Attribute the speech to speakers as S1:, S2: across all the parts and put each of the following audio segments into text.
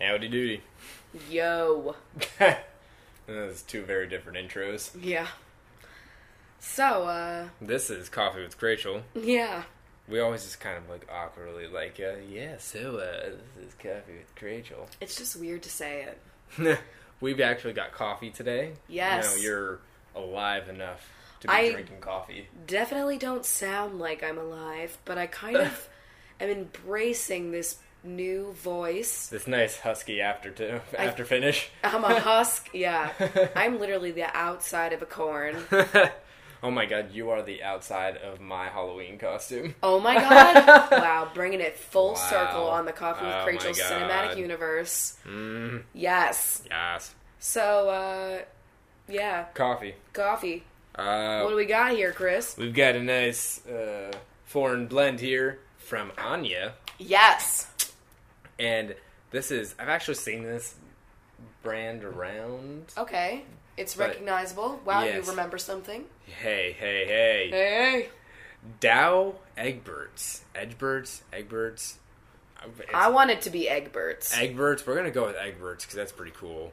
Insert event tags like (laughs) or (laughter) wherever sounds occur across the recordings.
S1: Howdy doody. (laughs)
S2: Yo.
S1: Those two very different intros.
S2: Yeah. So, uh,
S1: This is Coffee with Rachel.
S2: yeah.
S1: We always just kind of like awkwardly like, uh, yeah, so uh, this is Coffee with Rachel. (laughs)
S2: It's just weird to say it.
S1: We've actually got coffee today. You
S2: Yes.
S1: know, you're alive enough to be
S2: I-
S1: drinking coffee.
S2: Definitely don't sound like I'm alive, but I
S1: (laughs)
S2: kind of am embracing this new voice.
S1: This nice husky after to,
S2: I-
S1: after finish.
S2: I'm a
S1: (laughs)
S2: husk. Yeah. I'm literally the outside of a corn.
S1: oh my god, you are the outside of my Halloween costume.
S2: Oh my god.
S1: (laughs)
S2: Wow. Bringing it full
S1: Wow.
S2: circle on the Coffee with
S1: Oh my
S2: Rachel cinematic
S1: God. Mm.
S2: universe. Yes.
S1: Yes.
S2: So, uh, yeah.
S1: Coffee.
S2: Coffee.
S1: Uh,
S2: What do we got here, Chris?
S1: We've got a nice uh, foreign blend here from Anya,
S2: Yes.
S1: and this is I've actually seen this brand around.
S2: Okay. It's
S1: But-
S2: recognizable. Wow,
S1: Yes.
S2: you remember something.
S1: Hey, hey, hey!
S2: Hey.
S1: Dow Egberts, Edgeberts, Egberts. It's
S2: I want it to be Egberts.
S1: Egberts. We're gonna go with Egberts because that's pretty cool.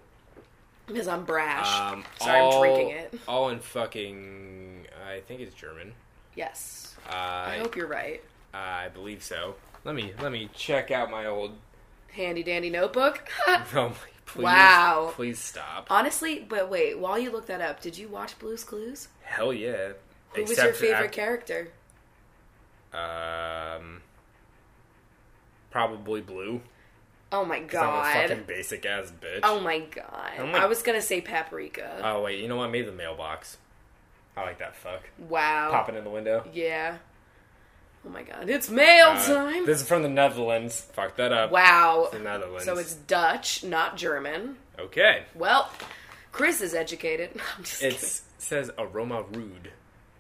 S2: Because I'm brash.
S1: Um,
S2: Sorry,
S1: all-
S2: I'm drinking it.
S1: All in fucking. I think it's German.
S2: Yes.
S1: Uh,
S2: I hope you're right.
S1: I believe so. Let me let me check out my old. (laughs)
S2: Handy dandy notebook. (laughs)
S1: Oh my! Please,
S2: Wow.
S1: Please stop.
S2: Honestly, but wait, while you look that up, did you watch Blue's Clues?
S1: Hell yeah.
S2: Who was your
S1: Except uh,
S2: favorite
S1: I-
S2: character?
S1: Um, probably blue.
S2: Oh my
S1: 'cause I'm a
S2: god.
S1: fucking basic ass bitch.
S2: Oh my god.
S1: Oh my-
S2: I was gonna say paprika.
S1: Oh, wait, you know what? Maybe the mailbox. I like that fuck.
S2: wow.
S1: Popping in the window.
S2: Yeah. Oh my god. It's mail
S1: Uh,
S2: time.
S1: This is from the Netherlands. Fuck that up.
S2: wow.
S1: The Netherlands.
S2: So it's Dutch, not German.
S1: okay.
S2: Well, Chris is educated. (laughs) I'm just
S1: It
S2: kidding.
S1: says aroma rude.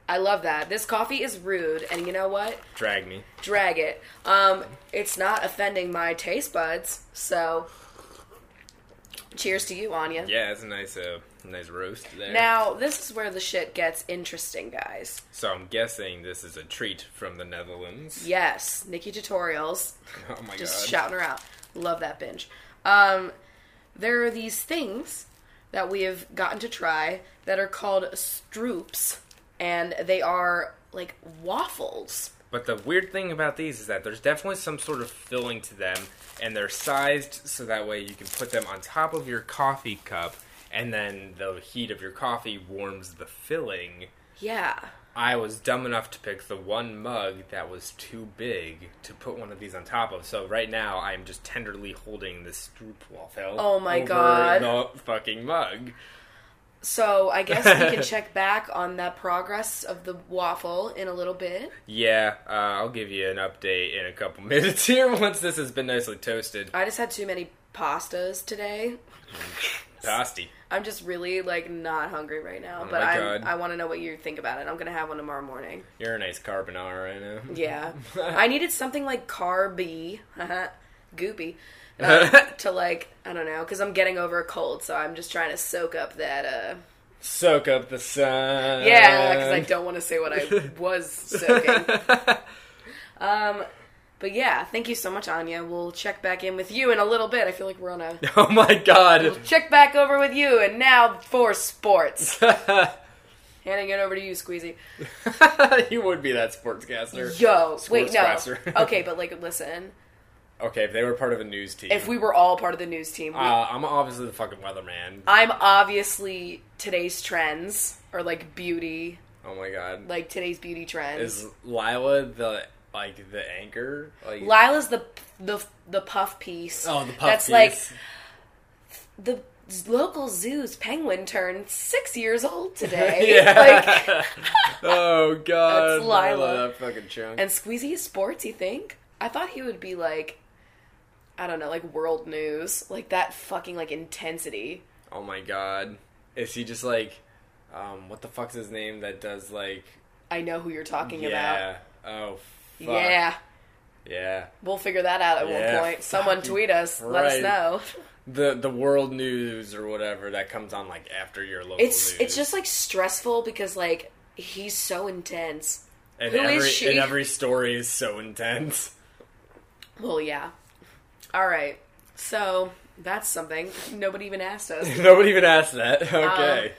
S2: I love that. This coffee is rude, and you know what?
S1: Drag me.
S2: Drag it. Um, it's not offending my taste buds, so cheers to you, Anya.
S1: Yeah, it's a nice, uh, nice roast there.
S2: Now, this is where the shit gets interesting, guys.
S1: so I'm guessing this is a treat from the Netherlands. (laughs)
S2: Yes, Nikki Tutorials.
S1: Oh my
S2: Just
S1: god.
S2: shouting her out. Love that binge. Um, there are these things that we have gotten to try that are called stroops, and they are like waffles.
S1: But the weird thing about these is that there's definitely some sort of filling to them, and they're sized so that way you can put them on top of your coffee cup, and then the heat of your coffee warms the filling.
S2: Yeah.
S1: I was dumb enough to pick the one mug that was too big to put one of these on top of, so right now I'm just tenderly holding this Stroopwafel.
S2: Oh my
S1: over
S2: God.
S1: The fucking mug.
S2: So I guess we
S1: (laughs)
S2: can check back on the progress of the waffle in a little bit.
S1: Yeah, uh, I'll give you an update in a couple (laughs) minutes here once this has been nicely toasted.
S2: I just had too many pastas today.
S1: Pasty.
S2: I'm just really like not hungry right now, but
S1: Oh my
S2: I'm,
S1: God.
S2: I want to know what you think about it. I'm gonna have one tomorrow morning.
S1: You're a nice carbonara, I
S2: (laughs)
S1: know. (laughs)
S2: Yeah, I needed something like carby, uh-huh,
S1: (laughs)
S2: goopy, uh, to like I don't know because I'm getting over a cold, so I'm just trying to soak up that. uh
S1: Soak up the sun.
S2: Yeah, because
S1: Uh.
S2: I don't want to say what
S1: (laughs)
S2: I was soaking. Um, but yeah, thank you so much, Anya. We'll check back in with you in a little bit. I feel like we're on
S1: (laughs)
S2: a
S1: oh my god. (laughs)
S2: check back over with you, and now for sports. Handing it over to you, Squeezy.
S1: you would be that sportscaster.
S2: Yo, wait, no.
S1: (laughs) Sportscaster.
S2: okay, but like, listen.
S1: Okay, if they were part of a news team.
S2: If we were all part of the news team, we,
S1: uh, I'm obviously the fucking weatherman.
S2: I'm obviously today's trends or like beauty,
S1: Oh my god.
S2: like today's beauty trends.
S1: Is Lila the like the anchor? Like
S2: Lila's the the the puff piece.
S1: Oh, the puff
S2: That's
S1: piece.
S2: like the local zoo's penguin turned six
S1: (laughs)
S2: years old today.
S1: Yeah.
S2: eh? Like,
S1: (laughs) oh god.
S2: (laughs) That's Lila.
S1: that fucking chunk.
S2: and Squeezy is sports. You think? I thought he would be like, I don't know, like world news, like that fucking like intensity.
S1: oh my god. Is he just like um what the fuck's his name that does like
S2: I know who you're talking about.
S1: Yeah. Oh fuck.
S2: Yeah,
S1: Yeah.
S2: we'll figure that out at
S1: Yeah,
S2: one point. Someone
S1: fucking
S2: tweet us. Let us
S1: right.
S2: know.
S1: the the world news or whatever that comes on like after your local
S2: It's
S1: news.
S2: it's just like stressful because like he's so intense.
S1: and
S2: who is
S1: every
S2: she?
S1: and every story is so intense. (laughs)
S2: Well, yeah. All right. So That's something. Nobody even asked us.
S1: (laughs) Nobody even asked that. (laughs)
S2: Um,
S1: Okay.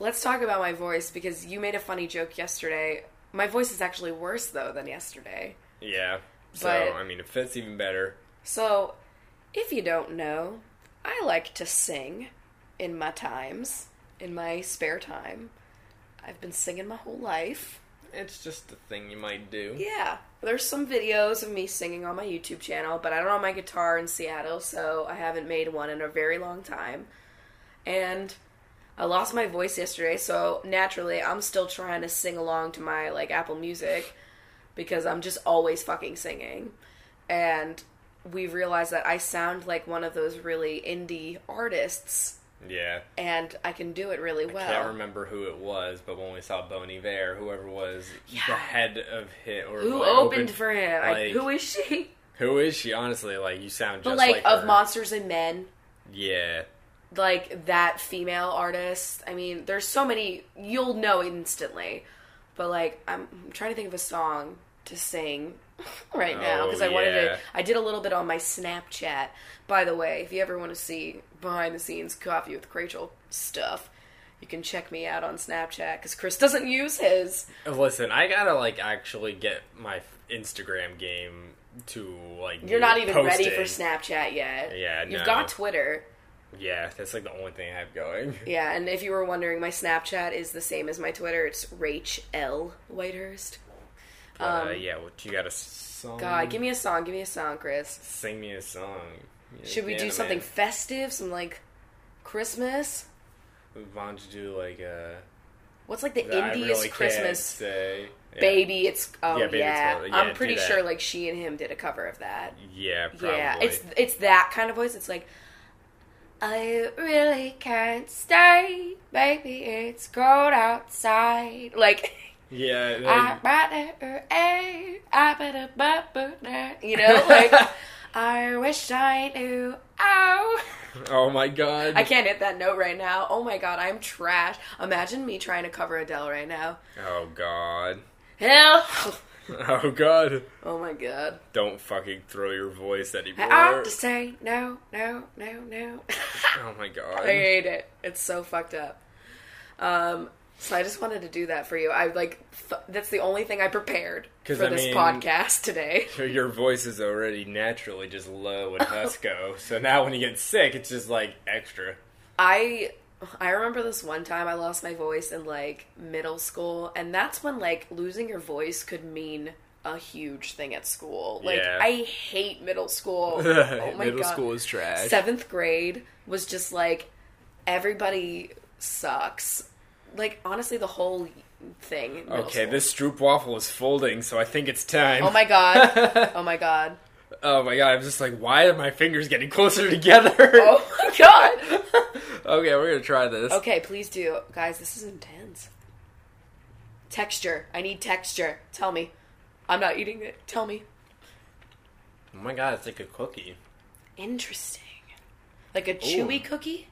S2: Let's talk about my voice because you made a funny joke yesterday. My voice is actually worse though than yesterday.
S1: yeah. So,
S2: but-
S1: I mean, it fits even better.
S2: So, if you don't know, I like to sing in my times, in my spare time. I've been singing my whole life.
S1: It's just a thing you might do.
S2: Yeah, there's some videos of me singing on my YouTube channel, but I don't own my guitar in Seattle, so I haven't made one in a very long time. And I lost my voice yesterday, so naturally I'm still trying to sing along to my like Apple Music because I'm just always fucking singing. And we realized that I sound like one of those really indie artists
S1: Yeah.
S2: and I can do it really well.
S1: Can't remember who it was, but when we saw Bon Iver, whoever was the
S2: Yeah.
S1: head of hit or
S2: who
S1: like,
S2: opened, for him? I,
S1: like-
S2: who is she?
S1: Who is she? Honestly, like you sound just
S2: But like, of
S1: her.
S2: Monsters and Men.
S1: Yeah.
S2: like that female artist. I mean, there's so many you'll know instantly. But like I'm trying to think of a song to sing (laughs) right now because
S1: Oh,
S2: I wanted
S1: yeah.
S2: to I did a little bit on my Snapchat. By the way, if you ever want to see behind the scenes coffee with Rachel stuff, you can check me out on Snapchat cuz Chris doesn't use his.
S1: Listen, I gotta like actually get my Instagram game to like. do
S2: You're not even ready
S1: posting.
S2: for Snapchat yet.
S1: Yeah,
S2: You've
S1: no.
S2: got Twitter.
S1: Yeah, that's like the only thing I have going. (laughs)
S2: Yeah, and if you were wondering, my Snapchat is the same as my Twitter. It's Rach L Whitehurst.
S1: uh, yeah, what you got a song?
S2: Um, God, give me a song. Give me a song, Chris.
S1: sing me a song. You
S2: Should we
S1: can,
S2: do
S1: man.
S2: something festive? Some like Christmas?
S1: Why don't you do like a
S2: What's like the
S1: that I
S2: indiest
S1: really Can't
S2: Christmas?
S1: say. Yeah.
S2: Baby, it's oh
S1: Yeah,
S2: yeah.
S1: Baby, it's Cold. Yeah,
S2: I'm
S1: do
S2: pretty
S1: that.
S2: sure like she and him did a cover of that.
S1: Yeah, probably.
S2: Yeah, it's it's that kind of voice. It's like I really can't stay, baby. It's cold outside. Like
S1: yeah.
S2: I
S1: like-
S2: better, eh, I better, better, eh,
S1: (laughs)
S2: you know, like I wish I knew. Oh.
S1: oh my god.
S2: I can't hit that note right now. Oh my god, I'm trash. Imagine me trying to cover Adele right now.
S1: Oh god. (laughs)
S2: Hell. (sighs)
S1: Oh god.
S2: Oh my god.
S1: Don't fucking throw your voice
S2: I
S1: anymore.
S2: ought to say no, no, no, no. (laughs)
S1: Oh my god.
S2: I hate it. It's so fucked up. Um, so I just wanted to do that for you. I like th- that's the only thing I prepared for
S1: 'Cause, I
S2: this
S1: mean-
S2: podcast today.
S1: Your voice is already naturally just low and
S2: (laughs)
S1: husco, so now when you get sick, it's just like extra.
S2: I I remember this one time I lost my voice in like middle school, and that's when like losing your voice could mean a huge thing at school. Like
S1: Yeah.
S2: I hate middle
S1: (laughs)
S2: school. (laughs) oh my god.
S1: is trash.
S2: Seventh grade was just like everybody sucks. Like honestly, the whole thing. in middle
S1: Okay,
S2: school.
S1: this Stroop waffle is folding, so I think it's time. (laughs)
S2: Oh my god. oh my god.
S1: Oh my god, I'm just like, why are my fingers getting closer together?
S2: Oh my god.
S1: (laughs) okay, we're gonna try this.
S2: Okay, please do. Guys, this is intense. Texture. I need texture. Tell me. I'm not eating it. Tell me.
S1: Oh my god, it's like a cookie.
S2: Interesting. Like a chewy cookie?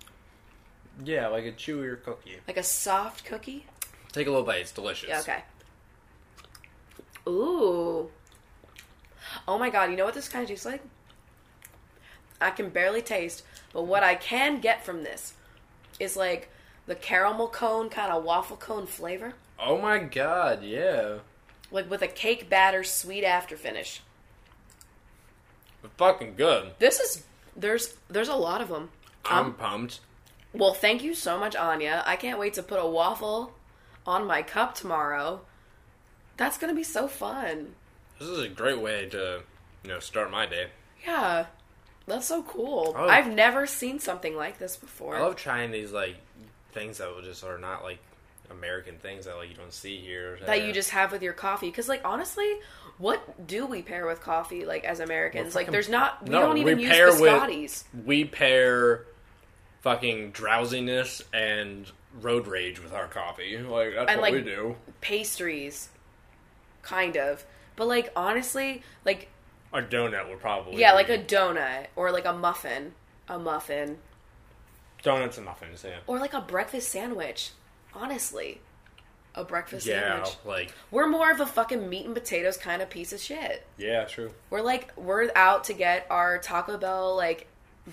S1: Yeah, like a chewier cookie.
S2: Like a soft cookie?
S1: Take a little bite, it's delicious.
S2: Yeah, okay. Ooh. Oh my god, you know what this kind of tastes like? I can barely taste, but what I can get from this is like the caramel cone kind of waffle cone flavor,
S1: Oh my god, yeah.
S2: like with a cake batter sweet after finish.
S1: Fucking good.
S2: This is there's there's a lot of them.
S1: I'm pumped.
S2: Well, thank you so much, Anya. I can't wait to put a waffle on my cup tomorrow. That's gonna be so fun.
S1: This is a great way to, you know, start my day.
S2: Yeah, that's so cool.
S1: Oh.
S2: I've never seen something like this before.
S1: I love trying these like things that just are not like American things that like you don't see here.
S2: that you just have with your coffee, because like honestly, what do we pair with coffee? Like as Americans,
S1: Well,
S2: like
S1: fucking-
S2: there's not. We
S1: No,
S2: don't
S1: we
S2: even use
S1: pair with-
S2: biscottis.
S1: we pair fucking drowsiness and road rage with our coffee. Like that's
S2: And,
S1: what
S2: like-
S1: we do.
S2: Pastries, kind of. But like honestly, like
S1: A donut would probably
S2: yeah, like
S1: be-
S2: a donut or like a muffin, a muffin.
S1: donuts and muffins. Yeah,
S2: or like a breakfast sandwich. Honestly, a breakfast
S1: yeah,
S2: sandwich.
S1: like
S2: We're more of a fucking meat and potatoes kind of piece of shit.
S1: yeah, true. (laughs)
S2: We're like we're out to get our Taco Bell like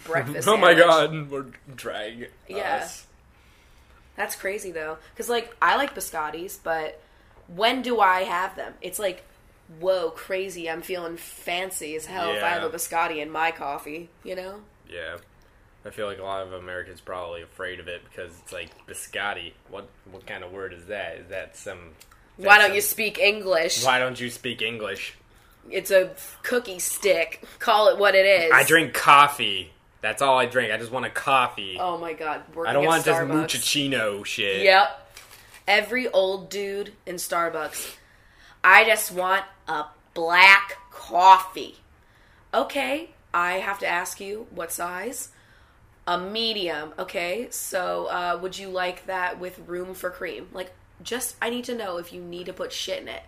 S2: breakfast.
S1: oh my
S2: sandwich.
S1: god, we're drag.
S2: Yeah.
S1: us.
S2: That's crazy though, because like I like biscottis, but when do I have them? It's like, whoa, crazy! I'm feeling fancy as hell if I have
S1: Yeah.
S2: a biscotti in my coffee. You know?
S1: Yeah. I feel like a lot of Americans probably afraid of it because it's like biscotti. What what kind of word is that? Is that some? is
S2: Why
S1: that
S2: don't you
S1: some-
S2: speak English?
S1: Why don't you speak English?
S2: It's a cookie stick. Call it what it is.
S1: I drink coffee. That's all I drink. I just want a coffee.
S2: Oh my god, working
S1: I don't
S2: at
S1: want just
S2: Starbucks.
S1: muchachino shit.
S2: Yep. Every old dude in Starbucks. I just want a black coffee. Okay, I have to ask you what size? A medium. Okay, so uh, would you like that with room for cream? Like, just, I need to know if you need to put shit in it.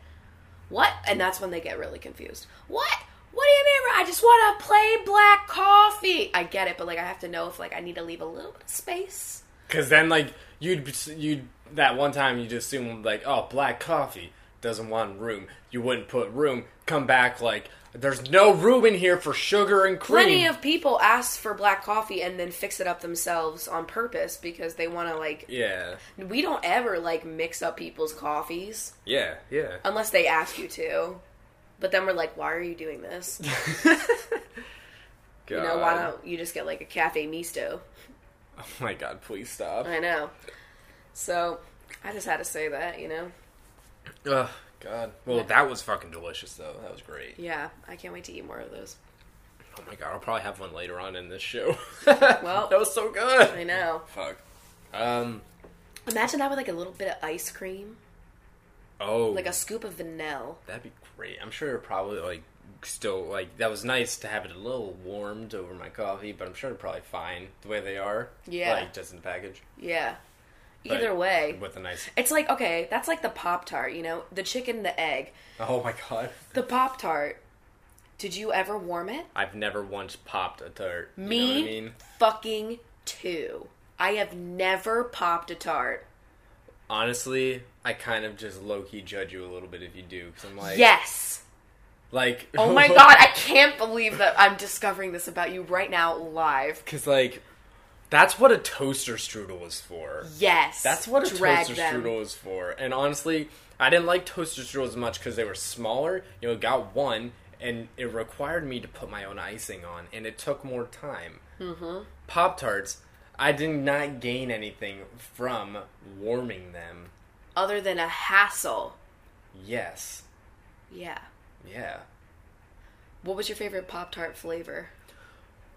S2: What? And that's when they get really confused. What? What do you mean? I just want to play black coffee. I get it, but like, I have to know if like I need to leave a little bit of space.
S1: Because then, like, you'd you'd that one time you'd assume like, oh, black coffee doesn't want room. You wouldn't put room. Come back like, there's no room in here for sugar and cream.
S2: plenty of people ask for black coffee and then fix it up themselves on purpose because they want to like
S1: yeah,
S2: we don't ever like mix up people's coffees
S1: yeah, yeah.
S2: unless they ask you to but then we're like why are you doing this you know why don't you just get like a cafe misto
S1: Oh (laughs) my god! Please stop.
S2: i know so i just had to say that you know
S1: Ugh, God. Well, that was fucking delicious though. That was great.
S2: yeah i can't wait to eat more of those
S1: Oh my god! I'll probably have one later on in this show. (laughs)
S2: Well-
S1: that was so good.
S2: i know
S1: Fuck. Um.
S2: imagine that with like a little bit of ice cream
S1: Oh.
S2: like a scoop of vanilla
S1: That'd be great. I'm sure it probably like still like that was nice to have it a little warmed over my coffee, but I'm sure they're probably fine the way they are.
S2: Yeah.
S1: like just in the package.
S2: yeah
S1: But
S2: either way
S1: with a nice.
S2: It's like okay, that's like the pop tart, you know, the chicken, the egg,
S1: Oh my god!
S2: the pop tart. Did you ever warm it?
S1: I've never once popped a tart. You know
S2: Me,
S1: what I mean,
S2: fucking too. I have never popped a tart.
S1: honestly, I kind of just low key judge you a little bit if you do, because I'm like, (laughs)
S2: Yes.
S1: like
S2: Oh
S1: (laughs)
S2: my god, I can't believe that I'm discovering this about you right now live.
S1: because like that's what a toaster strudel is for.
S2: Yes.
S1: That's what a
S2: Drag
S1: toaster
S2: them.
S1: strudel is for. And honestly, I didn't like toaster strudels much because they were smaller. You know, got one, and it required me to put my own icing on, and it took more time. Mm-hmm. Pop tarts, I did not gain anything from warming them.
S2: Other than a hassle.
S1: Yes,
S2: Yeah.
S1: yeah.
S2: What was your favorite pop tart flavor?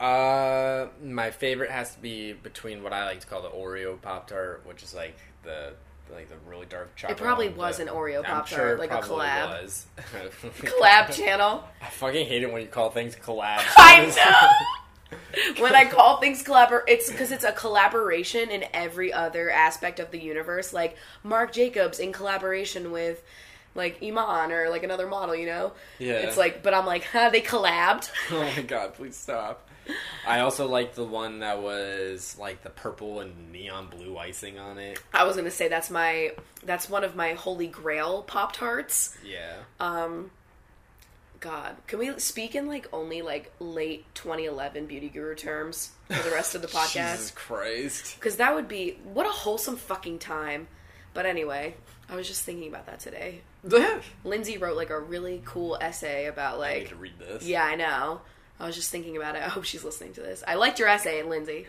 S1: Uh, my favorite has to be between what I like to call the Oreo Pop Tart, which is like the like the really dark chocolate.
S2: probably
S1: one,
S2: was
S1: the-
S2: an Oreo
S1: I'm
S2: Pop-Tart,
S1: sure it
S2: like a
S1: probably
S2: collab.
S1: was. (laughs)
S2: (laughs) Collab channel.
S1: I fucking hate it when you call things collabs.
S2: (laughs) I know. (laughs) when I call things collabor, it's because it's a collaboration in every other aspect of the universe. Like Mark Jacobs in collaboration with like Iman or like another model, you know.
S1: Yeah.
S2: It's like, but I'm like, huh, they collabed.
S1: (laughs)
S2: (laughs)
S1: oh my god, please stop. I also liked the one that was like the purple and neon blue icing on it.
S2: I was gonna say that's my that's one of my holy grail pop tarts.
S1: Yeah.
S2: God, can we speak in like only like late 2011 beauty guru terms for the rest of the podcast?
S1: Jesus Christ.
S2: Because that would be what a wholesome fucking time. But anyway, I was just thinking about
S1: (laughs)
S2: that today.
S1: I
S2: Lindsay wrote like a really cool essay about
S1: need
S2: like
S1: to read this.
S2: yeah, I know. I was just thinking about it. I hope she's listening to this. I liked your essay, Lindsay.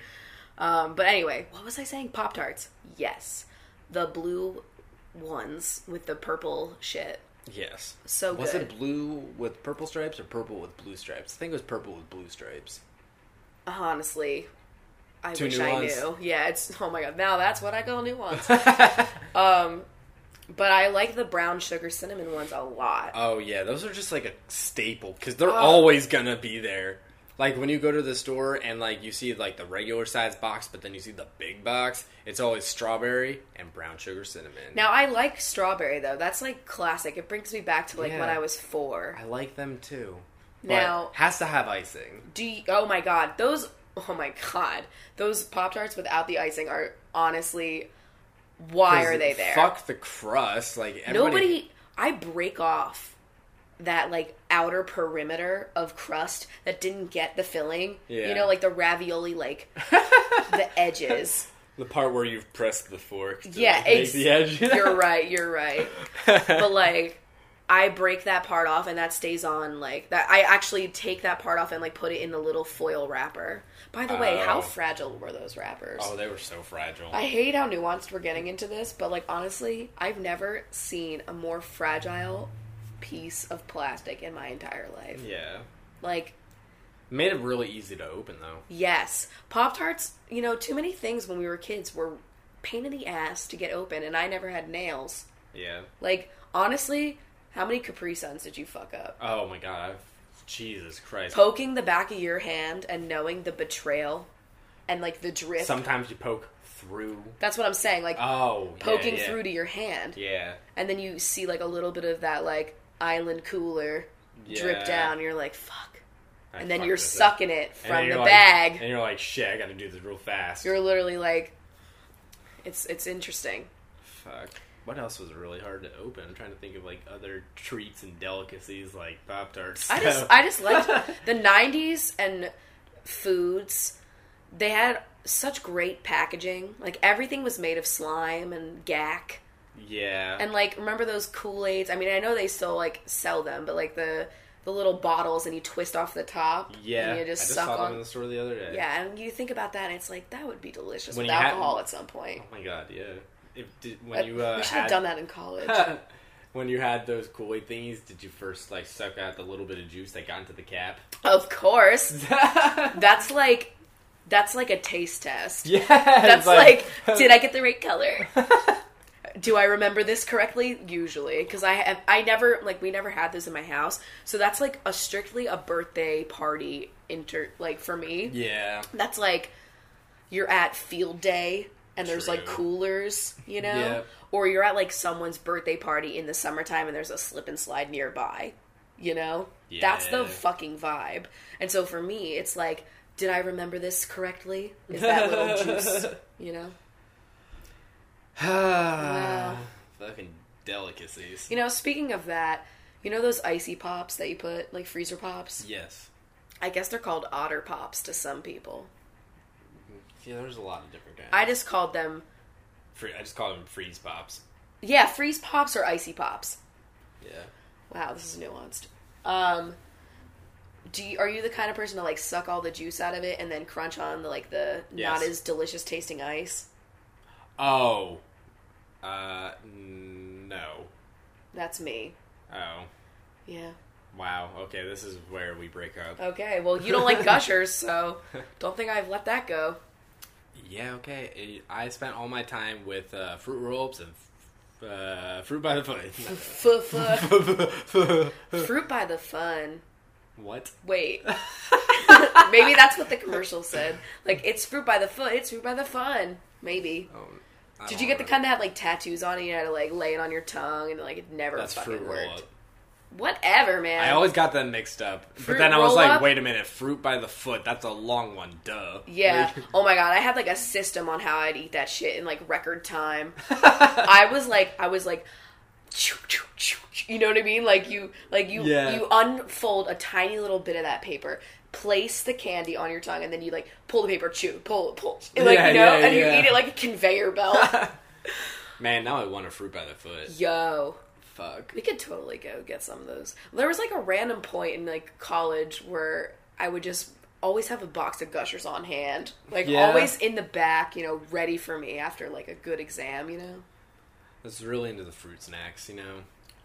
S2: Um, but anyway, what was I saying? Pop tarts. Yes, the blue ones with the purple shit.
S1: Yes.
S2: So
S1: was
S2: good.
S1: it blue with purple stripes or purple with blue stripes? I think it was purple with blue stripes.
S2: Honestly, I
S1: Too
S2: wish
S1: nuanced.
S2: I knew. Yeah, it's oh my god. Now that's what I call nuance.
S1: (laughs)
S2: But I like the brown sugar cinnamon ones a lot.
S1: Oh yeah, those are just like a staple because
S2: Oh.
S1: they're always gonna be there. Like when you go to the store and like you see like the regular size box, but then you see the big box. It's always strawberry and brown sugar cinnamon.
S2: Now I like strawberry though. That's like classic. It brings me back to like when
S1: Yeah.
S2: I was four.
S1: I like them too.
S2: Now-
S1: but has to have icing.
S2: Do you, oh my god, those oh my god, those pop tarts without the icing are honestly. Why are they there?
S1: Fuck the crust. Like everybody,
S2: Nobody. I break off that like outer perimeter of crust that didn't get the filling.
S1: Yeah.
S2: You know, like the
S1: (laughs)
S2: ravioli, like the edges.
S1: The part where you've pressed the fork. To
S2: Yeah,
S1: make
S2: ex-
S1: the edge.
S2: (laughs) You're right. You're right. But like, I break that part off, and that stays on. Like that, I actually take that part off and like put it in the little foil wrapper. By the way,
S1: Oh.
S2: how fragile were those wrappers?
S1: (laughs) Oh, they were so fragile.
S2: I hate how nuanced we're getting into this, but like honestly, I've never seen a more fragile piece of plastic in my entire life.
S1: yeah.
S2: Like,
S1: Made it really easy to open though.
S2: yes, Pop Tarts, you know, too many things when we were kids were pain in the ass to get open, and I never had nails.
S1: Yeah.
S2: Like, honestly, how many Capri Suns did you fuck up?
S1: Oh my god. I've, Jesus Christ.
S2: Poking the back of your hand and knowing the betrayal and like the drift.
S1: Sometimes you poke through.
S2: That's what I'm saying. Like,
S1: Oh. yeah,
S2: poking
S1: yeah.
S2: through to your hand.
S1: Yeah.
S2: and then you see like a little bit of that like island cooler
S1: Yeah.
S2: drip down. You're like, fuck.
S1: I
S2: And then
S1: fucked
S2: you're
S1: this up.
S2: sucking it
S1: And then
S2: from
S1: you're
S2: the
S1: like-
S2: bag.
S1: And you're like, shit, I gotta do this real fast.
S2: You're literally like, it's it's interesting.
S1: Fuck. What else was really hard to open? I'm trying to think of like other treats and delicacies like Pop Tarts.
S2: I
S1: (laughs)
S2: just I just liked the '90s and foods. They had such great packaging. Like everything was made of slime and gack.
S1: yeah.
S2: And like remember those Kool Aids? I mean, I know they still like sell them, but like the the little bottles and you twist off the top.
S1: yeah.
S2: And you just,
S1: I just
S2: suck
S1: saw them
S2: on.
S1: in the store the other day.
S2: Yeah, and you think about that, and it's like that would be delicious
S1: When
S2: with
S1: you had-
S2: alcohol at some point.
S1: Oh my god, yeah. If did, when
S2: But
S1: you uh,
S2: we should have
S1: had- (laughs)
S2: done that in college.
S1: when you had those Kool Aid thingies, did you first like suck out the little bit of juice that got into the cap?
S2: (laughs)
S1: (laughs)
S2: of course, that's like that's like a taste test.
S1: yeah.
S2: that's like,
S1: (laughs)
S2: did I get the right color? Do I remember this correctly? Usually, because I have, I never like we never had this in my house, so that's like a strictly a birthday party inter like for me.
S1: Yeah.
S2: That's like you're at field day and there's like
S1: True.
S2: coolers, you know?
S1: Yep.
S2: Or you're at like someone's birthday party in the summertime and there's a slip and slide nearby, you know? That's the
S1: Yeah.
S2: fucking vibe. And so for me, it's like, did I remember this correctly? Is
S1: (laughs)
S2: that
S1: (sighs)
S2: little juice, you know?
S1: Fucking delicacies.
S2: You know, speaking of that, you know those icy pops that you put, like freezer pops?
S1: Yes.
S2: I guess they're called otter pops to some people.
S1: Yeah, there's a lot of different kinds.
S2: I just called them,
S1: Free, I just call them freeze pops.
S2: yeah, freeze pops or icy pops.
S1: Yeah.
S2: Wow, this is nuanced. Um, do you, are you the kind of person to like suck all the juice out of it and then crunch on the like the
S1: Yes.
S2: not as delicious tasting ice?
S1: Oh. Uh, no.
S2: That's me.
S1: Oh.
S2: Yeah.
S1: Wow. Okay, this is where we break up.
S2: Okay. Well, you don't like gushers, so don't think I've let
S1: (laughs)
S2: that go.
S1: Yeah, okay. I I spent all my time with uh, fruit roll-ups and uh, fruit by the
S2: Fuh, fuh.
S1: foot.
S2: Fruit by the fun.
S1: (laughs) what? (laughs)
S2: Wait. Maybe that's what the commercial said. Like it's fruit by the foot. It's fruit by the fun. Maybe.
S1: Um, I
S2: Did
S1: don't
S2: you get the
S1: know.
S2: kind that had like tattoos on it? You had to like lay it on your tongue and like it never
S1: That's
S2: fucking
S1: fruit
S2: worked.
S1: roll-up.
S2: Whatever, man.
S1: I always got them mixed up, but
S2: Fruit
S1: then I was like,
S2: roll-up?
S1: "Wait a minute, fruit by the foot? That's a long one, duh."
S2: Yeah.
S1: Like-
S2: oh my god, I had like a system on how I'd eat that shit in like
S1: (laughs)
S2: record time. I was like, I was like, choo, choo, choo, choo. you know what I mean? Like you, like you,
S1: Yeah.
S2: you unfold a tiny little bit of that paper, place the candy on your tongue, and then you like pull the paper, chew, pull, pull, and, like
S1: Yeah,
S2: you know,
S1: yeah,
S2: and
S1: yeah.
S2: you eat it like a conveyor belt.
S1: (laughs) (laughs) Man, now I want a fruit by the foot.
S2: Yo.
S1: Fuck.
S2: We could totally go get some of those. There was like a random point in like college where I would just always have a box of gushers on hand. Like
S1: Yeah.
S2: always in the back, you know, ready for me after like a good exam, you know.
S1: That's really into the fruit snacks, you know.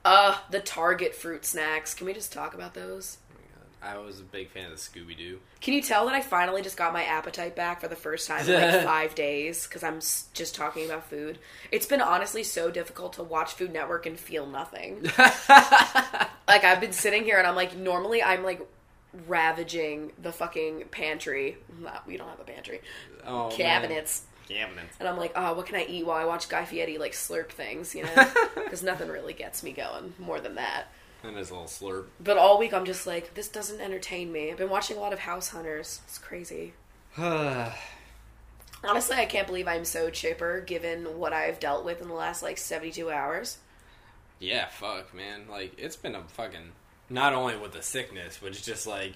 S2: Uh, the Target fruit snacks. Can we just talk about those?
S1: Oh my God. I was a big fan of the Scooby Doo.
S2: Can you tell that I finally just got my appetite back for the first time in
S1: (laughs)
S2: like five days? Because I'm s- just talking about food. It's been honestly so difficult to watch Food Network and feel nothing.
S1: (laughs)
S2: like I've been sitting here and I'm like, normally I'm like ravaging the fucking pantry. Not, we don't have a pantry.
S1: Oh, man.
S2: Cabinets.
S1: Cabinets.
S2: And I'm like, oh, what can I eat while I watch Guy Fieri like slurp things, you know?
S1: (laughs)
S2: Because nothing really gets me going more than that.
S1: And his little slurp. (sighs)
S2: But all week I'm just like, this doesn't entertain me. I've been watching a lot of House Hunters. It's crazy. Honestly, I can't believe I'm so chipper given what I've dealt with in the last like 72 hours.
S1: yeah, fuck, man. Like it's been a fucking not only with the sickness, but it's just like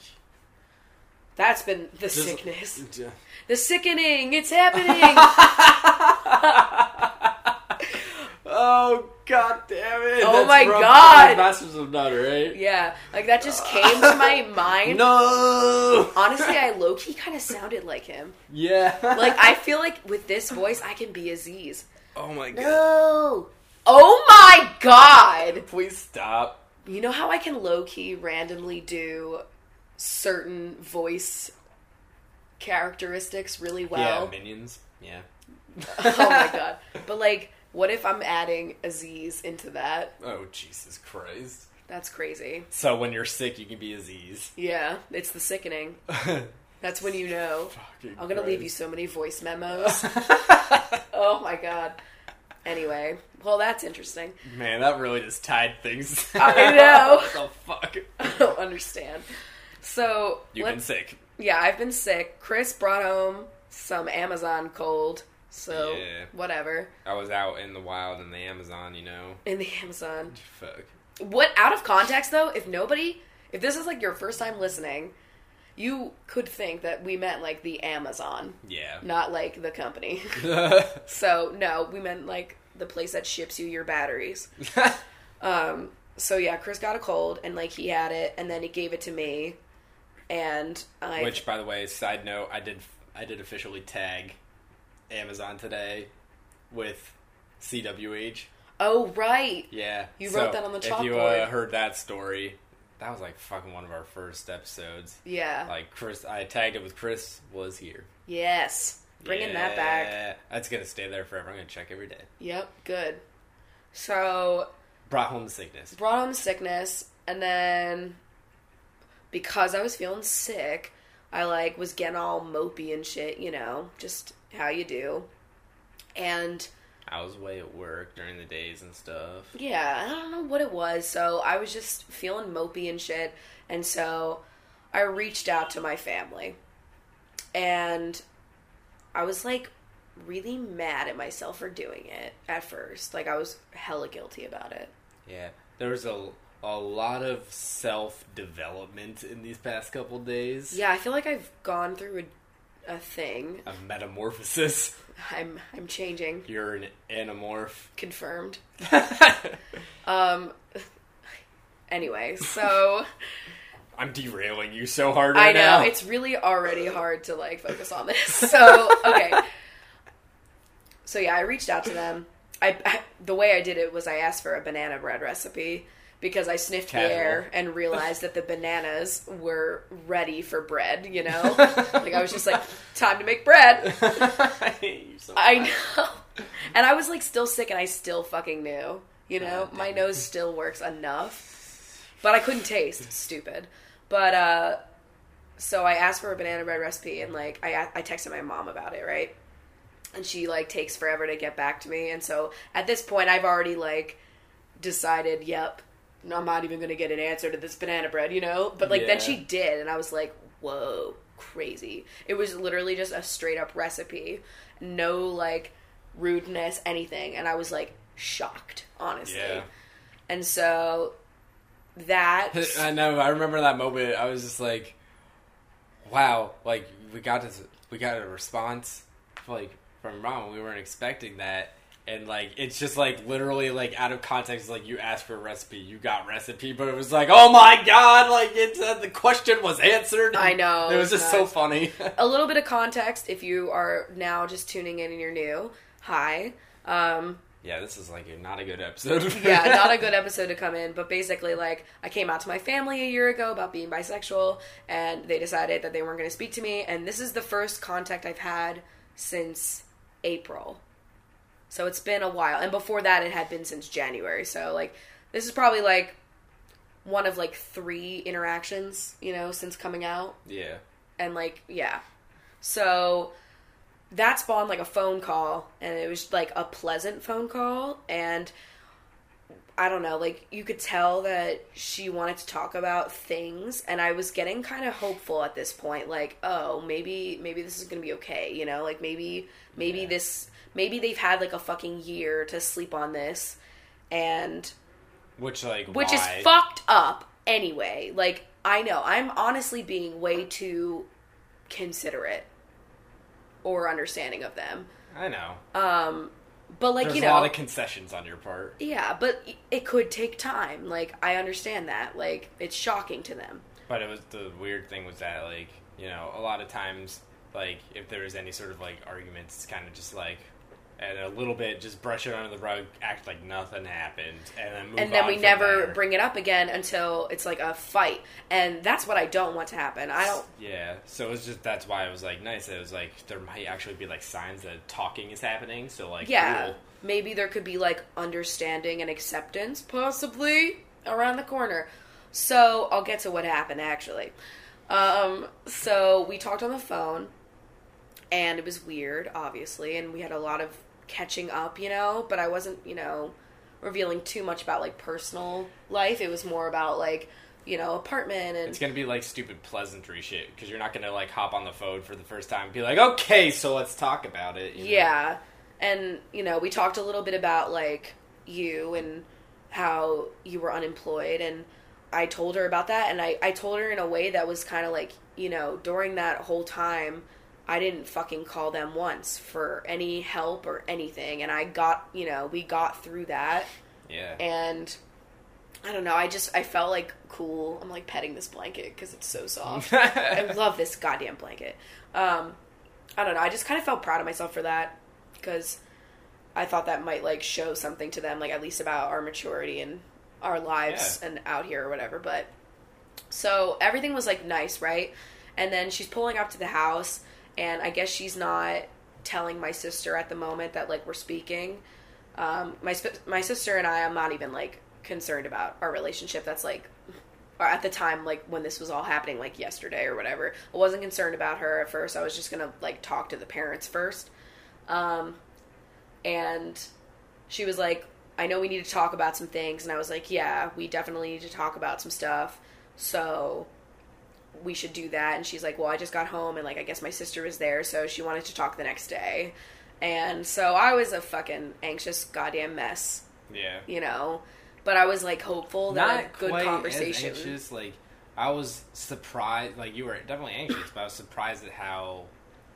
S2: That's been the
S1: just- (laughs)
S2: sickness.
S1: Ju-
S2: The sickening. It's happening.
S1: (laughs) Oh god damn it!
S2: Oh
S1: That's
S2: my
S1: from
S2: God.
S1: Five Masters of None, right?
S2: yeah, like that just came to my mind.
S1: No.
S2: Honestly, I low key kind of sounded like him.
S1: (laughs) Yeah.
S2: Like I feel like with this voice, I can be Aziz.
S1: oh my god.
S2: No. Oh my god.
S1: Please stop.
S2: You know how I can low key randomly do certain voice characteristics really well?
S1: Yeah, minions. Yeah.
S2: (laughs) oh my
S1: (laughs)
S2: god. But like, what if I'm adding Aziz into that?
S1: Oh Jesus Christ.
S2: That's crazy.
S1: So when you're sick, you can be Aziz. (laughs)
S2: Yeah, it's the sickening. That's when you know.
S1: Fucking
S2: I'm gonna leave you so many
S1: (laughs)
S2: voice memos. (laughs) oh my god. Anyway, well, that's interesting. (laughs)
S1: Man, that really just tied things.
S2: I know.
S1: (laughs) what the fuck?
S2: I don't understand. So,
S1: You've been
S2: let's-
S1: sick.
S2: yeah, I've been sick. Chris brought home some Amazon cold, so
S1: Yeah.
S2: whatever.
S1: I was out in the wild in the Amazon, you know.
S2: In the Amazon.
S1: Fuck.
S2: What out of context though, if nobody if this is like your first time listening, you could think that we meant like the Amazon,
S1: Yeah.
S2: not like the company. (laughs) so no, we meant like the place that ships you your
S1: (laughs)
S2: batteries. Um, So yeah, Chris got a cold and like he had it and then he gave it to me and
S1: (laughs)
S2: I
S1: Which, by the way, side note, I did I did officially tag Amazon today with CWH.
S2: Oh right.
S1: Yeah,
S2: You wrote that on the
S1: If you
S2: chalkboard.
S1: uh, heard that story, that was like fucking one of our first episodes.
S2: Yeah.
S1: Like Chris, I tagged it with Chris was here.
S2: yes. Bringing that back.
S1: Yeah. That's gonna stay there forever. I'm gonna check every day.
S2: Yep, good. So
S1: Brought home the sickness.
S2: brought home sickness and then because I was feeling sick, I like was getting all mopey and shit, you know, just how you do. And
S1: I was away at work during the days and stuff.
S2: yeah, I don't know what it was, so I was just feeling mopey and shit, and so I reached out to my family. And I was like really mad at myself for doing it at first. Like I was hella guilty about it.
S1: Yeah, there was a a lot of self development in these past couple days.
S2: Yeah, I feel like I've gone through a, a thing.
S1: A metamorphosis. (laughs)
S2: I'm I'm changing.
S1: You're an
S2: (laughs)
S1: anamorph. (laughs)
S2: Confirmed. Um (laughs) anyway, so
S1: I'm derailing you so hard
S2: I
S1: right
S2: know
S1: now.
S2: it's really already hard to like focus on this. (laughs) So, okay. So yeah, I reached out to them. I, I the way I did it was I asked for a banana bread recipe because I sniffed the air and realized that the bananas were ready for bread, you (laughs) know? like I was just like time to make bread.
S1: (laughs) I hate you so
S2: I
S1: much.
S2: know. (laughs) And I was like still sick and I still fucking knew. You know,
S1: Ah,
S2: my
S1: damn
S2: nose still works enough. But I couldn't taste. Stupid. But uh so I asked for a banana bread recipe and like I I texted my mom about it, right? And she like takes forever to get back to me. And so at this point I've already like decided, yep, I'm not even going to get an answer to this banana bread, you know? But like then
S1: Yeah.
S2: she did, and I was like, whoa, crazy. It was literally just a straight up recipe, no like rudeness, anything. And I was like shocked, honestly.
S1: Yeah.
S2: And so that.
S1: (laughs) I know. I remember that moment. I was just like, "Wow!" Like we got this, we got a response, like from mom. We weren't expecting that, and like it's just like literally like out of context. Like you asked for a recipe, you got recipe, but it was like, "Oh my god!" Like it's uh, the question was answered.
S2: I know,
S1: It was just so
S2: God.
S1: funny. (laughs)
S2: a little bit of context if you are now just tuning in and you're new. Hi. Um,
S1: yeah, this is like a, not a good episode. (laughs)
S2: yeah, not a good episode to come in, but basically, like, I came out to my family a year ago about being bisexual, and they decided that they weren't going to speak to me. And this is the first contact I've had since April. So it's been a while. And before that, it had been since January. So, like, this is probably like one of like three interactions, you know, since coming out
S1: yeah.
S2: and like yeah so that spawned like a phone call and it was like a pleasant phone call and i don't know like you could tell that she wanted to talk about things and i was getting kind of hopeful at this point like oh maybe maybe this is gonna be okay you know like maybe maybe
S1: Yeah.
S2: this maybe they've had like a fucking year to sleep on this and
S1: Which like
S2: which
S1: why?
S2: is fucked up Anyway, like I know I'm honestly being way too considerate or understanding of them.
S1: I know.
S2: But like
S1: There's
S2: you
S1: a
S2: know,
S1: lot of concessions on your part.
S2: yeah, but it could take time. Like I understand that. Like it's shocking to them.
S1: But it was the weird thing was that like you know a lot of times like if there is any sort of like arguments, it's kind of just like. And a little bit, just brush it under the rug, act like nothing happened, and then move
S2: and then
S1: on
S2: we
S1: Oh, from
S2: never
S1: there.
S2: bring it up again until it's like a fight and that's what i don't want to happen i don't
S1: Yeah, so it's just that's why I was like nice. that It was like there might actually be like signs that talking is happening. So like
S2: yeah
S1: cool.
S2: maybe there could be like understanding and acceptance possibly around the corner so i'll get to what happened actually um so we talked on the phone and it was weird obviously and we had a lot of catching up you know but i wasn't you know revealing too much about like personal life it was more about like you know apartment and
S1: it's gonna be like stupid pleasantry shit because you're not gonna like hop on the phone for the first time and be like okay, so let's talk about it. you know?
S2: Yeah. And, you know, we talked a little bit about, like, you and how you were unemployed. And I told her about that. And I, I told her in a way that was kind of like, you know, during that whole time, I didn't fucking call them once for any help or anything. And I got, you know, we got through that.
S1: yeah.
S2: And. I don't know. I just I felt like cool. I'm like petting this blanket because it's
S1: (laughs)
S2: so soft. I love this goddamn blanket. Um, I don't know. I just kind of felt proud of myself for that because I thought that might like show something to them, like at least about our maturity and our lives
S1: Yeah.
S2: and out here or whatever. But so everything was like nice, right? And then she's pulling up to the house, and I guess she's not telling my sister at the moment that like we're speaking. Um, my sp- my sister and I, I'm not even like concerned about our relationship. That's like or at the time like when this was all happening like yesterday or whatever i wasn't concerned about her at first i was just gonna like talk to the parents first um and she was like i know we need to talk about some things and i was like yeah we definitely need to talk about some stuff so we should do that and she's like well i just got home and like i guess my sister was there so she wanted to talk the next day and so i was a fucking anxious goddamn mess
S1: yeah.
S2: you know but i was like hopeful that a good
S1: quite as
S2: conversation
S1: anxious, like I was surprised. Like you were definitely anxious, but I was surprised at how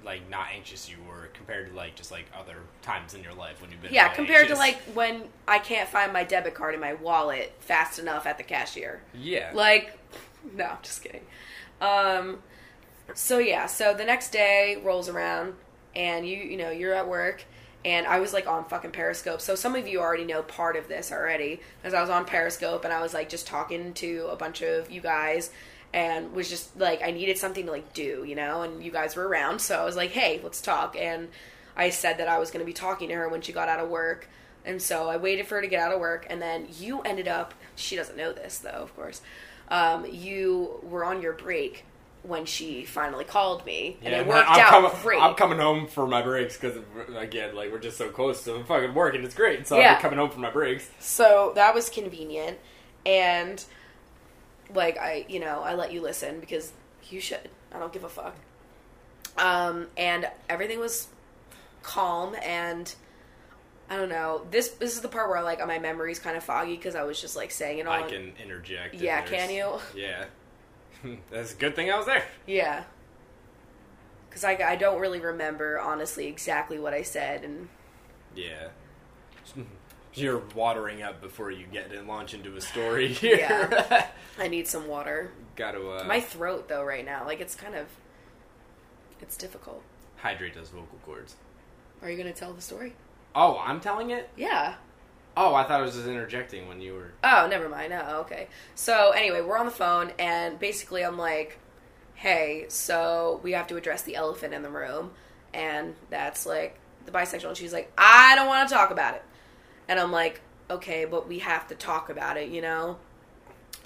S1: like not anxious you were compared to like just like other times in your life when you've been
S2: Yeah,
S1: really
S2: compared to
S1: anxious.
S2: like when I can't find my debit card in my wallet fast enough at the cashier.
S1: yeah
S2: Like, no, just kidding. Um, so yeah, so the next day rolls around, and you you know you're at work, and I was like on fucking Periscope. So some of you already know part of this already, because I was on Periscope and I was like just talking to a bunch of you guys, and was just like I needed something to like do, you know, and you guys were around, so I was like, hey, let's talk, and I said that I was gonna be talking to her when she got out of work. And so I waited for her to get out of work, and then you ended up. She doesn't know this, though, of course. Um, you were on your break when she finally called me, and
S1: Yeah,
S2: it
S1: I'm-
S2: worked
S1: I'm
S2: out
S1: coming-
S2: great.
S1: I'm coming home for my breaks because, again, like we're just so close to fucking work, and it's great. So
S2: Yeah.
S1: I'm coming home for my breaks.
S2: so that was convenient, and like I, you know, I let you listen because you should. I don't give a fuck. Um, and everything was calm, and I don't know. This this is the part where like my memory's kind of foggy because I was just like saying it all.
S1: I
S2: in-
S1: can interject. if
S2: Yeah,
S1: there's-
S2: can you?
S1: Yeah, (laughs) that's a good thing I was there.
S2: Yeah. Because I, I don't really remember, honestly, exactly what I said. And
S1: Yeah, (laughs) you're watering up before you get to launch into a story
S2: (laughs)
S1: here. (laughs)
S2: Yeah. I need some water.
S1: Got to uh,
S2: My throat, though, right now, like, it's kind of. It's difficult.
S1: hydrate those vocal cords.
S2: Are you going to tell the story?
S1: Oh, I'm telling it.
S2: Yeah.
S1: Oh, I thought I was just interjecting when you were.
S2: Oh, never mind. Oh, okay. So, anyway, we're on the phone, and basically, I'm like, hey, so we have to address the elephant in the room. And that's like the bisexual. And she's like, I don't want to talk about it. And I'm like, okay, but we have to talk about it, you know?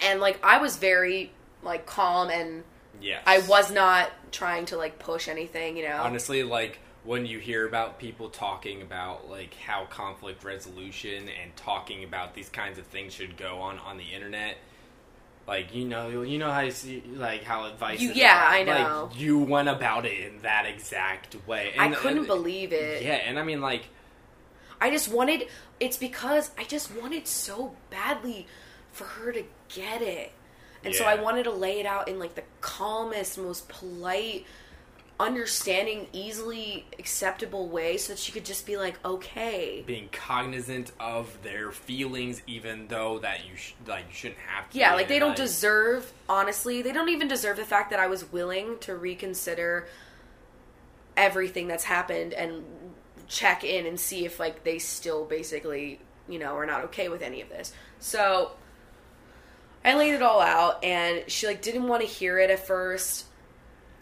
S2: And like, I was very like calm and
S1: Yes.
S2: I was not trying to like push anything, you know?
S1: honestly like when you hear about people talking about like how conflict resolution and talking about these kinds of things should go on on the internet like you know you know how you see like how advice
S2: You-
S1: is
S2: yeah, I
S1: like,
S2: know.
S1: you went about it in that exact way
S2: I
S1: And-
S2: couldn't
S1: and-
S2: believe it.
S1: yeah and i mean like
S2: I just wanted, it's because I just wanted so badly for her to get it. And so
S1: Yeah.
S2: I wanted to lay it out in like the calmest, most polite, understanding, easily acceptable way so that she could just be like, okay.
S1: being cognizant of their feelings, even though that you sh- like you shouldn't have to.
S2: Yeah,
S1: be,
S2: like they don't deserve, honestly, they don't even deserve the fact that I was willing to reconsider everything that's happened and check in and see if like they still basically, you know, are not okay with any of this. So I laid it all out and she like didn't want to hear it at first.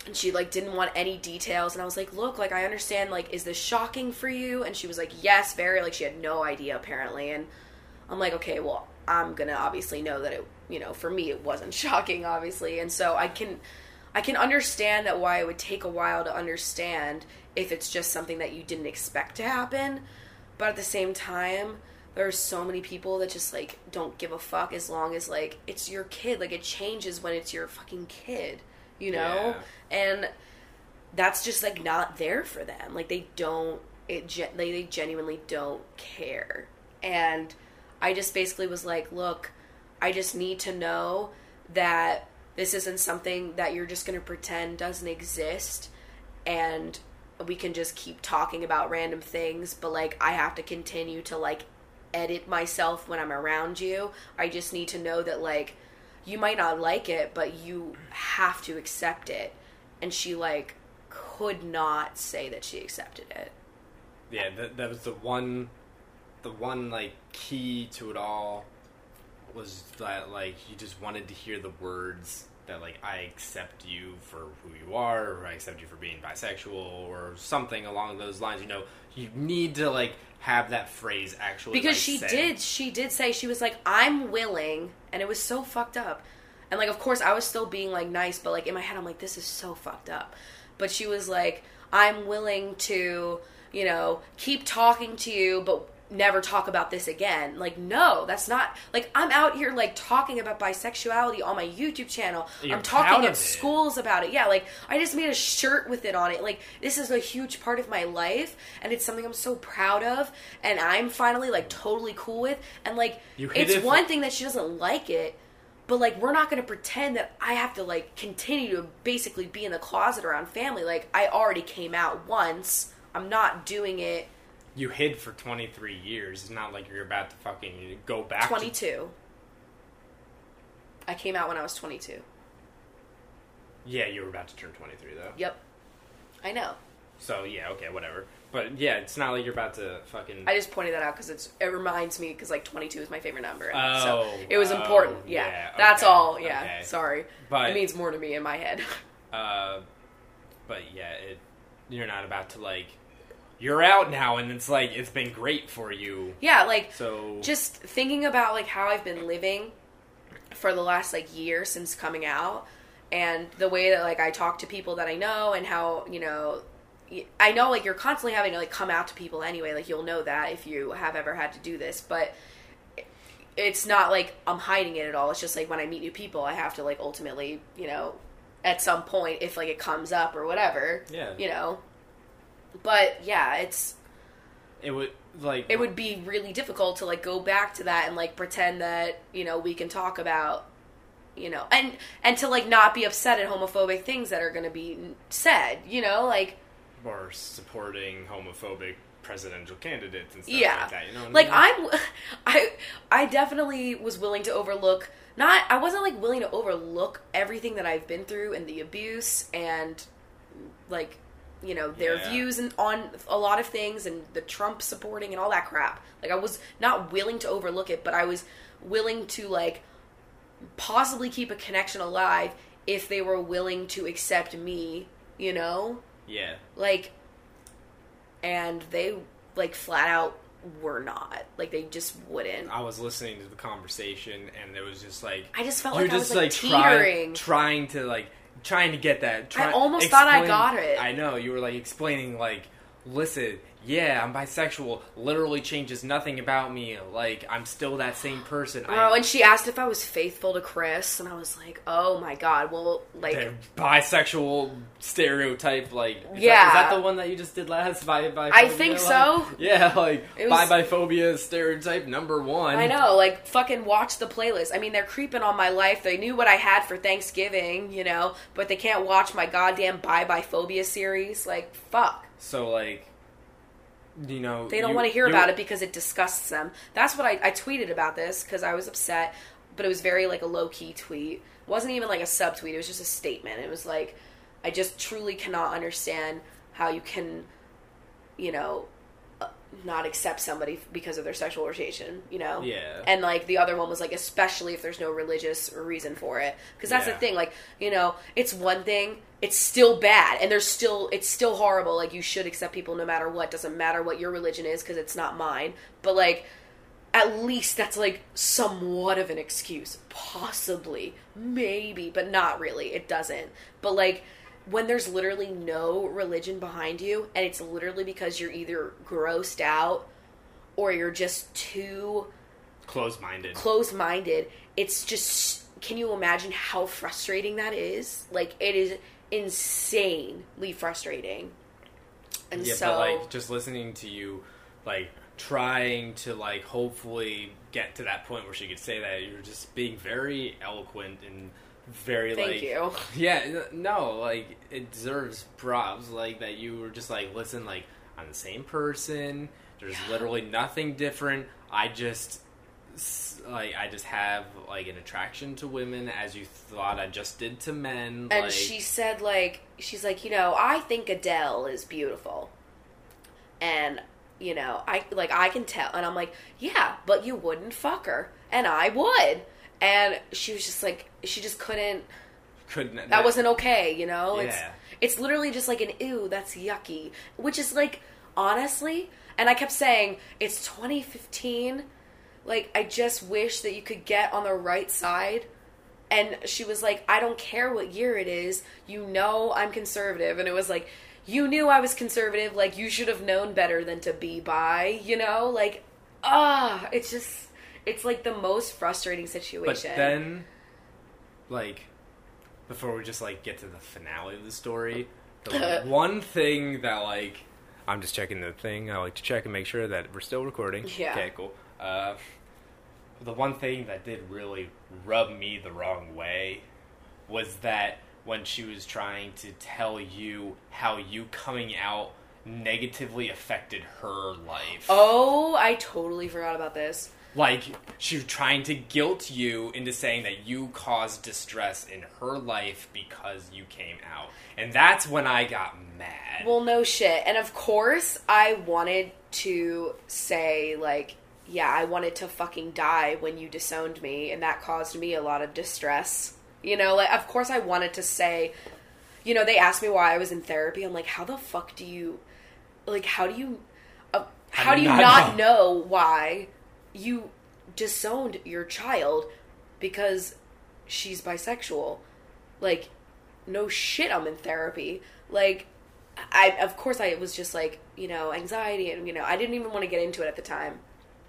S2: And she like didn't want any details and I was like, "Look, like I understand like is this shocking for you?" And she was like, "Yes, very." Like she had no idea apparently. And I'm like, okay, well, I'm gonna obviously know that it, you know, for me it wasn't (laughs) shocking, obviously, and so I can, I can understand that why it would take a while to understand if it's just something that you didn't expect to happen, but at the same time, there are so many people that just like don't give a fuck as long as like it's your kid, like it changes when it's your fucking kid, you know, and that's just like not there for them. Like they don't it gen- they, they genuinely don't care. And I just basically was like, look, I just need to know that this isn't something that you're just going to pretend doesn't exist and we can just keep talking about random things, but like I have to continue to like edit myself when I'm around you. I just need to know that like you might not like it, but you have to accept it. And she like could not say that she accepted it.
S1: Yeah, that, that was the one, the one like key to it all was that like you just wanted to hear the words that like I accept you for who you are, or I accept you for being bisexual, or something along those lines. You know, you need to like have that phrase actually
S2: because
S1: like,
S2: she
S1: said.
S2: did she did say she was like i'm willing and it was so fucked up and like of course i was still being like nice but like in my head i'm like this is so fucked up but she was like i'm willing to you know keep talking to you but never talk about this again like no that's not like i'm out here like talking about bisexuality on my youtube channel
S1: You're
S2: i'm
S1: proud
S2: talking
S1: of
S2: at
S1: it.
S2: schools about it yeah like i just made a shirt with it on it like this is a huge part of my life and it's something i'm so proud of and i'm finally like totally cool with and like
S1: You hit
S2: it's
S1: it for-
S2: one thing that she doesn't like it but like we're not going to pretend that i have to like continue to basically be in the closet around family like i already came out once i'm not doing it
S1: You hid for twenty three years. It's not like you're about to fucking go back. to-
S2: 22 i came out when i was 22
S1: yeah, you were about to turn twenty three though.
S2: yep i know
S1: So yeah, okay, whatever. But yeah, it's not like you're about to fucking.
S2: I just pointed that out because it's it reminds me because like 22 is my favorite number. And so
S1: Oh,
S2: it was
S1: oh,
S2: important. Yeah,
S1: yeah,
S2: that's
S1: okay,
S2: all. Yeah,
S1: okay.
S2: sorry,
S1: But-
S2: it means more to me in my head. (laughs)
S1: Uh, but yeah, it, you're not about to like. You're out now, and it's like it's been great for you.
S2: yeah, like
S1: So
S2: just thinking about like how I've been living for the last like year since coming out and the way that like I talk to people that I know and how, you know, y- I know like you're constantly having to like come out to people anyway, like you'll know that if you have ever had to do this, but it- it's not like I'm hiding it at all. It's just like when I meet new people, I have to like ultimately, you know, at some point if like it comes up or whatever,
S1: Yeah.
S2: you know. But yeah, it's
S1: it would like
S2: it would be really difficult to like go back to that and like pretend that you know we can talk about you know and and to like not be upset at homophobic things that are going to be said you know like
S1: or supporting homophobic presidential candidates and stuff
S2: yeah
S1: like that. You know, what I
S2: like
S1: mean?
S2: i'm (laughs) i i definitely was willing to overlook not i wasn't like willing to overlook everything that i've been through and the abuse and like you know their
S1: Yeah.
S2: views and on a lot of things and the trump supporting and all that crap like i was not willing to overlook it but i was willing to like possibly keep a connection alive if they were willing to accept me you know
S1: yeah,
S2: like and they like flat out were not like they just wouldn't
S1: I was listening to the conversation, and it was just like
S2: i just felt
S1: you're
S2: like i
S1: just
S2: was like,
S1: like,
S2: teetering
S1: trying, trying to like trying to get that. Try,
S2: almost thought I
S1: explain-
S2: got it.
S1: I know you were like explaining like, listen, yeah, I'm bisexual, literally changes nothing about me. Like, I'm still that same person.
S2: Oh,
S1: I,
S2: and she asked if I was faithful to Chris, and I was like, oh my god, well, like,
S1: the bisexual stereotype, like, is that-
S2: Yeah.
S1: is that the one that you just did last? Bi, bi,
S2: I think so.
S1: (laughs) Yeah, like,
S2: It
S1: bi
S2: was-
S1: bi phobia stereotype number one.
S2: I know, like, fucking watch the playlist. I mean, they're creeping on my life. They knew what I had for Thanksgiving, you know, but they can't watch my goddamn Bye Bye Phobia series. Like, fuck.
S1: So, like, you know,
S2: They don't want to hear about it because it disgusts them. That's what I, I tweeted about this because I was upset, but it was very like a low key tweet. It wasn't even like a subtweet. It was just a statement. It was like, I just truly cannot understand how you can, you know, uh, not accept somebody because of their sexual orientation. You know.
S1: Yeah.
S2: And like the other one was like, especially if there's no religious reason for it, because that's
S1: Yeah.
S2: the thing. Like, you know, it's one thing. It's still bad, and there's still it's still horrible. Like, you should accept people no matter what. Doesn't matter what your religion is, because it's not mine. But like, at least that's like somewhat of an excuse, possibly, maybe, but not really. It doesn't. But like, when there's literally no religion behind you, and it's literally because you're either grossed out or you're just too
S1: Close minded.
S2: close minded. It's just can you imagine how frustrating that is? Like it is insanely frustrating. And
S1: yeah,
S2: so
S1: but like just listening to you, like trying to like hopefully get to that point where she could say that you're just being very eloquent and very
S2: thank
S1: like
S2: you.
S1: (laughs) yeah n- no like it deserves props like that you were just like listen like I'm the same person there's literally nothing different I just s- like I just have like an attraction to women as you thought I just did to men
S2: And
S1: like
S2: she said like she's like, you know, I think Adele is beautiful. And you know, I like I can tell and I'm like, yeah, but you wouldn't fuck her and I would. And she was just like she just couldn't
S1: couldn't
S2: that wasn't okay, you know? It's
S1: Yeah.
S2: it's literally just like an ew, that's yucky, which is like honestly, and I kept saying it's 2015, like I just wish that you could get on the right side. And she was like, "I don't care what year it is. You know I'm conservative." And it was like, "You knew I was conservative, like you should have known better than to be bi, you know? Like ah, it's just it's like the most frustrating
S1: But
S2: situation."
S1: then, like, before we just like get to the finale of the story, the
S2: (laughs)
S1: like, one thing that like I'm just checking the thing. I like to check and make sure that we're still recording.
S2: Yeah.
S1: Okay, cool. Uh, the one thing that did really rub me the wrong way was that when she was trying to tell you how you coming out negatively affected her life.
S2: oh, I totally forgot about this.
S1: Like she was trying to guilt you into saying that you caused distress in her life because you came out, and that's when I got mad.
S2: Well, no shit. And of course, I wanted to say, like, yeah, I wanted to fucking die when you disowned me, and that caused me a lot of distress. You know, like, of course, I wanted to say, you know, they asked me why I was in therapy. I'm like, how the fuck do you, like, how do you, uh, how do you not, know why you disowned your child because she's bisexual? Like, no shit, I'm in therapy. Like, I of course I was just like you know anxiety and you know I didn't even want to get into it at the time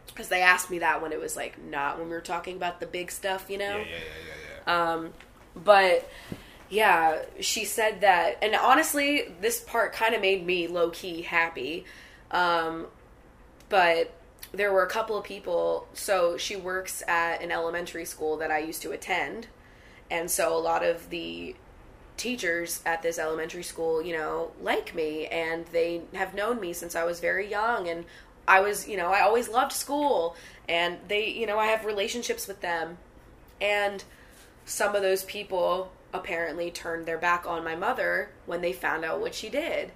S2: because they asked me that when it was like not when we were talking about the big stuff you
S1: yeah,
S2: know
S1: yeah, yeah, yeah, yeah.
S2: but yeah, she said that, and honestly, this part kind of made me low key happy. Um, but there were a couple of people. So she works at an elementary school that I used to attend, and so a lot of the teachers at this elementary school, you know, like me, and they have known me since I was very young, and I was, you know, I always loved school, and they, you know, I have relationships with them, and some of those people apparently turned their back on my mother when they found out what she did.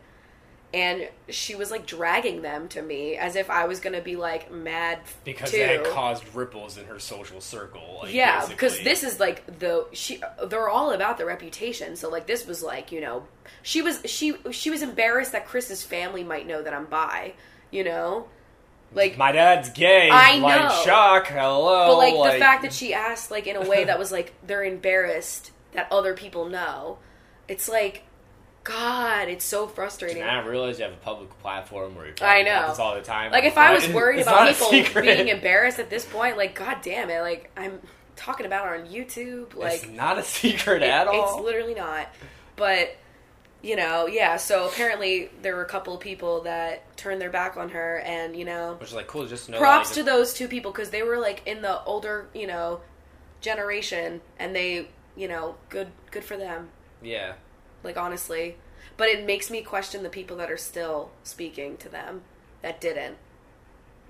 S2: And she was like dragging them to me as if I was going to be like mad
S1: because
S2: too.
S1: that caused ripples in her social circle. Like,
S2: yeah, because
S1: basically.
S2: this is like the she they're all about the reputation. So like this was like, you know, she was she she was embarrassed that Chris's family might know that I'm bi, you know? Like
S1: my dad's gay.
S2: I
S1: like,
S2: know.
S1: Shock. Hello.
S2: but like, the fact that she asked like in a way that was like they're embarrassed that other people know it's like God, it's so frustrating.
S1: And I realize you have a public platform where you're
S2: I
S1: talking about
S2: know.
S1: this all the time.
S2: Like
S1: It's
S2: if I
S1: not-
S2: was worried
S1: it's
S2: about
S1: not a
S2: people
S1: secret.
S2: being embarrassed at this point, like god damn it, like I'm talking about it on YouTube, like
S1: it's not a secret
S2: it-
S1: at
S2: It's
S1: all.
S2: literally not. But you know, yeah. So apparently there were a couple of people that turned their back on her, and you know,
S1: Which is like cool. Just know.
S2: props
S1: like,
S2: to those two people because they were like in the older, you know, generation, and they, you know, good, good for them.
S1: Yeah.
S2: Like honestly, but it makes me question the people that are still speaking to them that didn't.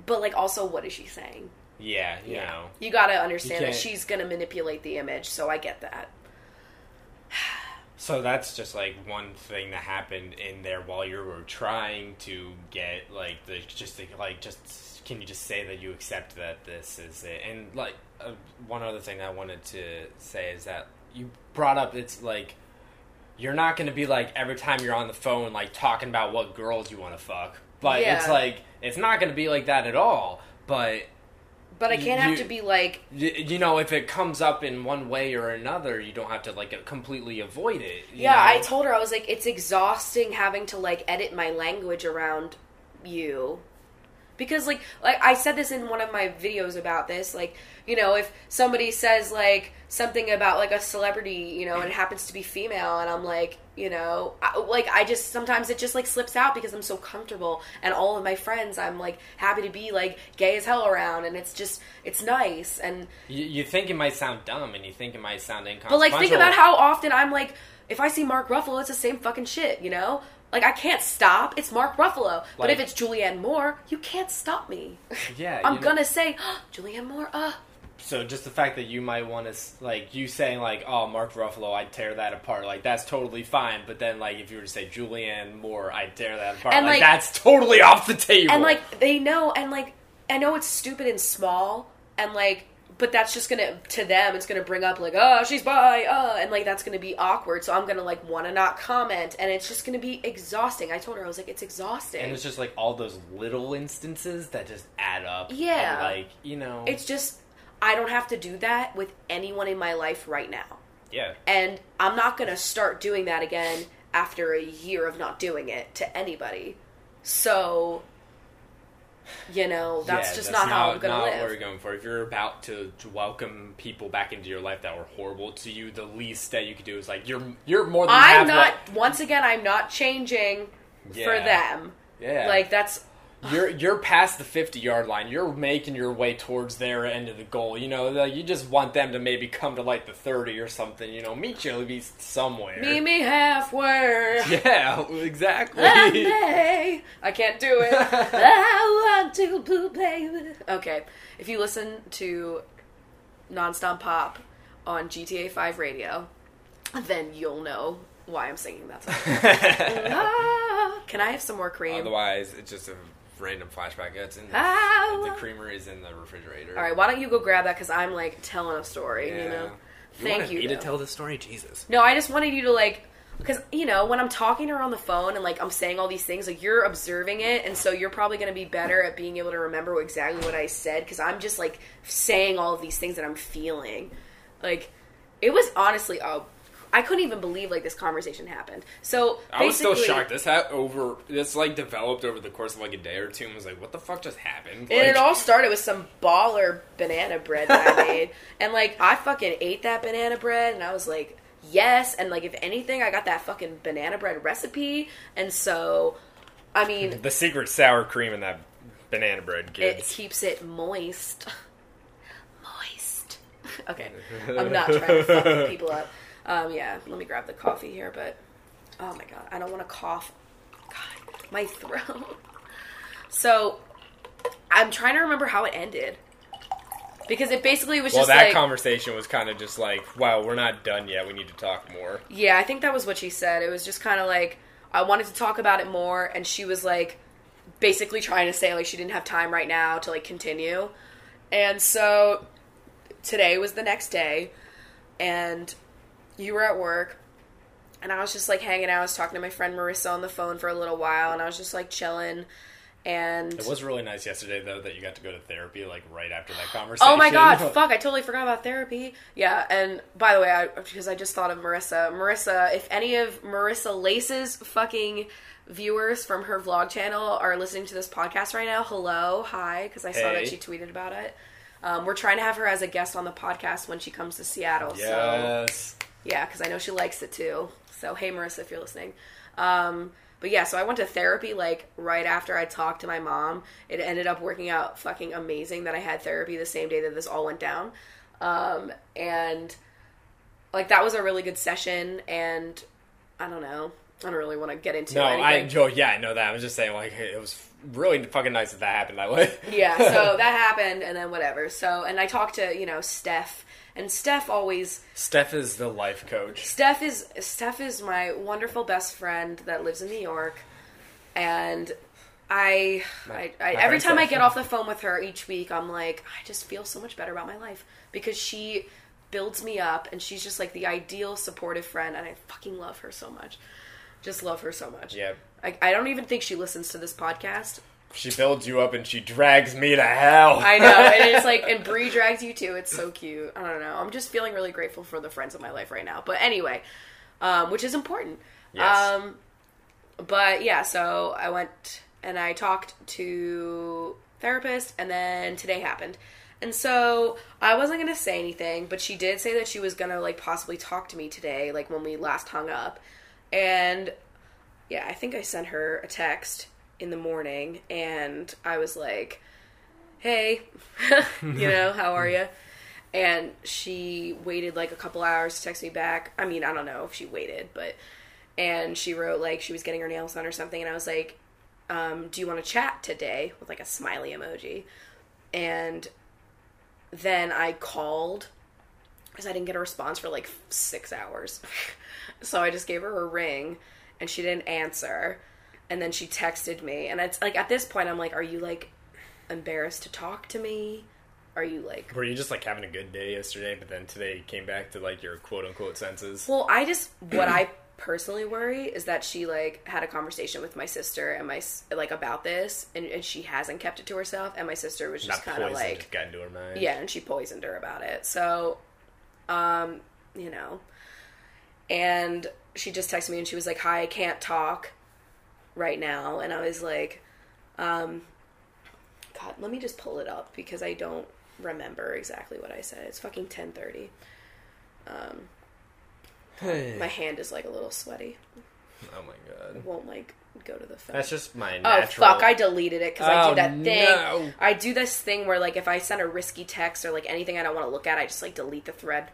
S2: But like, also, what is she saying?
S1: Yeah. You
S2: Yeah.
S1: know.
S2: You gotta understand that
S1: can't-
S2: she's gonna manipulate the image, so I get that.
S1: So that's just like one thing that happened in there while you were trying to get like the just the, like just can you just say that you accept that this is it and like uh, one other thing I wanted to say is that you brought up it's like you're not going to be like every time you're on the phone like talking about what girls you want to fuck but it's
S2: Yeah.
S1: like it's not going to be like that at all but
S2: But I can't have
S1: You-
S2: to be like,
S1: y- you know if it comes up in one way or another you don't have to like completely avoid it you
S2: Yeah, I
S1: know?
S2: told her I was like, it's exhausting having to like edit my language around you. Because like like I said this in one of my videos about this, like, you know, if somebody says like something about like a celebrity, you know, and it happens to be female and I'm like, you know, I, like I just sometimes it just like slips out because I'm so comfortable and all of my friends I'm like happy to be like gay as hell around and it's just it's nice and
S1: You, you think it might sound dumb, and you think it might sound
S2: But
S1: inconsequential.
S2: like, think about how often I'm like, if I see Mark Ruffalo, it's the same fucking shit, you know? Like, I can't stop. It's Mark Ruffalo. but if
S1: Like-
S2: it's Julianne Moore, you can't stop me.
S1: (laughs) Yeah,
S2: I'm
S1: you know-
S2: gonna say, oh, Julianne Moore, uh.
S1: So just the fact that you might want to like you saying like, "Oh, Mark Ruffalo, I'd tear that apart." Like that's totally fine. But then like if you were to say Julianne Moore, I'd tear that apart.
S2: And,
S1: like,
S2: like-
S1: that's totally off the table.
S2: And like, they know, and like, I know it's stupid and small, and like, but that's just gonna, to them, it's gonna bring up like, oh, she's bi, uh, and like, that's gonna be awkward, so I'm gonna like wanna not comment, and it's just gonna be exhausting. I told her, I was like, it's exhausting.
S1: and it's just like all those little instances that just add up.
S2: Yeah.
S1: And, like you know,
S2: it's just, I don't have to do that with anyone in my life right now.
S1: yeah.
S2: And I'm not going to start doing that again after a year of not doing it to anybody. So, you know, that's
S1: Yeah,
S2: just
S1: that's
S2: not, how I'm going to
S1: not What
S2: live.
S1: we're going for. If you're about to welcome people back into your life that were horrible to you, the least that you could do is like you're you're more than
S2: I'm
S1: half
S2: not,
S1: that-
S2: once again, I'm not changing for
S1: Yeah.
S2: them.
S1: Yeah.
S2: Like, that's,
S1: you're you're past the 50 yard line. You're making your way towards their end of the goal. You know, like, you just want them to maybe come to like the 30 or something. You know, meet you at least somewhere.
S3: (laughs)
S2: meet me halfway.
S1: Yeah, exactly. (laughs)
S3: (laughs)
S2: One day. I can't do it. I want to blue baby. Okay, if you listen to Nonstop Pop on GTA 5 radio, then you'll know why I'm singing that song. Ah, Can I have some more cream?
S3: Otherwise, it's just a random flashback. It's in the,
S2: Ah.
S3: the creamer is in the refrigerator.
S2: All right, why don't you go grab that? Because I'm like telling a story, you know. Thank
S3: wanted
S2: you.
S3: Me to
S2: though.
S3: tell the story, Jesus.
S2: No, I just wanted you to like because you know when I'm talking to her on the phone and like I'm saying all these things, like you're observing it, and so you're probably gonna be better at being able to remember exactly what I said because I'm just like saying all of these things that I'm feeling. Like it was honestly, oh, I couldn't even believe like this conversation happened. So
S3: I was still
S2: basically-
S3: shocked. This hat over this like developed over the course of like a day or two, and was like, "What the fuck just happened?"
S2: And it
S3: Like-
S2: all started with some baller banana bread that I made. And like I fucking ate that banana bread and I was like, yes, and like if anything, I got that fucking banana bread recipe. And so I mean
S3: The secret sour cream in that banana bread,
S2: it
S3: kids.
S2: keeps it moist. (laughs) Moist. (laughs) Okay.
S3: (laughs)
S2: I'm not trying to fuck people up. Um yeah, let me grab the coffee here, but oh my god, I don't wanna cough. God, my throat. (laughs) So I'm trying to remember how it ended. Because it basically was
S3: well,
S2: just
S3: that
S2: like
S3: conversation was kind of just like, "Wow, we're not done yet. We need to talk more."
S2: Yeah, I think that was what she said. It was just kind of like I wanted to talk about it more, and she was like basically trying to say like she didn't have time right now to like continue. And so today was the next day, and you were at work, and I was just like hanging out. I was talking to my friend Marissa on the phone for a little while, and I was just like chilling. And
S4: It was really nice yesterday though that you got to go to therapy like right after that conversation.
S2: oh
S4: (laughs)
S2: my god, fuck! I totally forgot about therapy. Yeah, and by the way, I, because I just thought of Marissa. Marissa, if any of Marissa Lace's fucking viewers from her vlog channel are listening to this podcast right now, hello, hi, because I saw
S4: Hey.
S2: that she tweeted about it. Um, we're trying to have her as a guest on the podcast when she comes to Seattle. So
S4: Yes.
S2: Yeah, because I know she likes it too. So hey, Marissa, if you're listening. Um, but yeah, so I went to therapy like right after I talked to my mom. It ended up working out fucking amazing that I had therapy the same day that this all went down. Um, and like that was a really good session. And I don't know, I don't really want to get into
S4: No,
S2: anything.
S4: I enjoy. Yeah, I know that. I was just saying, like, it was really fucking nice that that happened that way.
S2: yeah so that happened and then whatever so and i talked to you know steph and steph always
S4: (laughs) Steph is the life coach.
S2: Steph is Steph is my wonderful best friend that lives in New York, and I, I, I
S4: my
S2: every
S4: friend
S2: time I
S4: Steph.
S2: get off the phone with her each week, I'm like, I just feel so much better about my life because she builds me up, and she's just like the ideal supportive friend, and I fucking love her so much. Just love her so much.
S4: Yep.
S2: I, I don't even think she listens to this podcast.
S4: She builds you up and she drags me to hell.
S2: I (laughs) know, and it's like, and Bree drags you too. It's so cute. I don't know. I'm just feeling really grateful for the friends of my life right now. But anyway, um, which is important.
S4: Yes.
S2: Um, but yeah, so I went and I talked to therapist, and then today happened. And so I wasn't gonna say anything, but she did say that she was gonna like possibly talk to me today, like when we last hung up. And yeah, I think I sent her a text in the morning, and I was like, "Hey, (laughs) you know, how are you?" And she waited like a couple hours to text me back. I mean, I don't know if she waited, but and she wrote like she was getting her nails done or something, and I was like, um, "Do you want to chat today?" with like a smiley emoji, and then I called because I didn't get a response for like six hours. (laughs) so I just gave her a ring and she didn't answer. And then she texted me. And it's like at this point, I'm like, are you like embarrassed to talk to me? Are you like.
S4: Were you just like having a good day yesterday, but then today you came back to like your quote unquote senses?
S2: Well, I just. What I personally worry is that she like had a conversation with my sister and my s- like about this and, and she hasn't kept it to herself and my sister was just
S4: Not
S2: kind of
S4: poison,
S2: like
S4: just got into her mind. (sighs)
S2: Yeah, and she poisoned her about it. So, um, you know. And she just texted me and she was like, Hi, I can't talk right now. And I was like, um, God, let me just pull it up because I don't remember exactly what I said. It's fucking ten thirty.
S4: Hey.
S2: My hand is like a little sweaty.
S4: Oh my god.
S2: Won't like go to the phone.
S4: That's just my
S2: Oh
S4: natural.
S2: fuck! I deleted it because I
S4: Oh,
S2: do that thing.
S4: no.
S2: I do this thing where like if I send a risky text or like anything I don't want to look at, I just like delete the thread.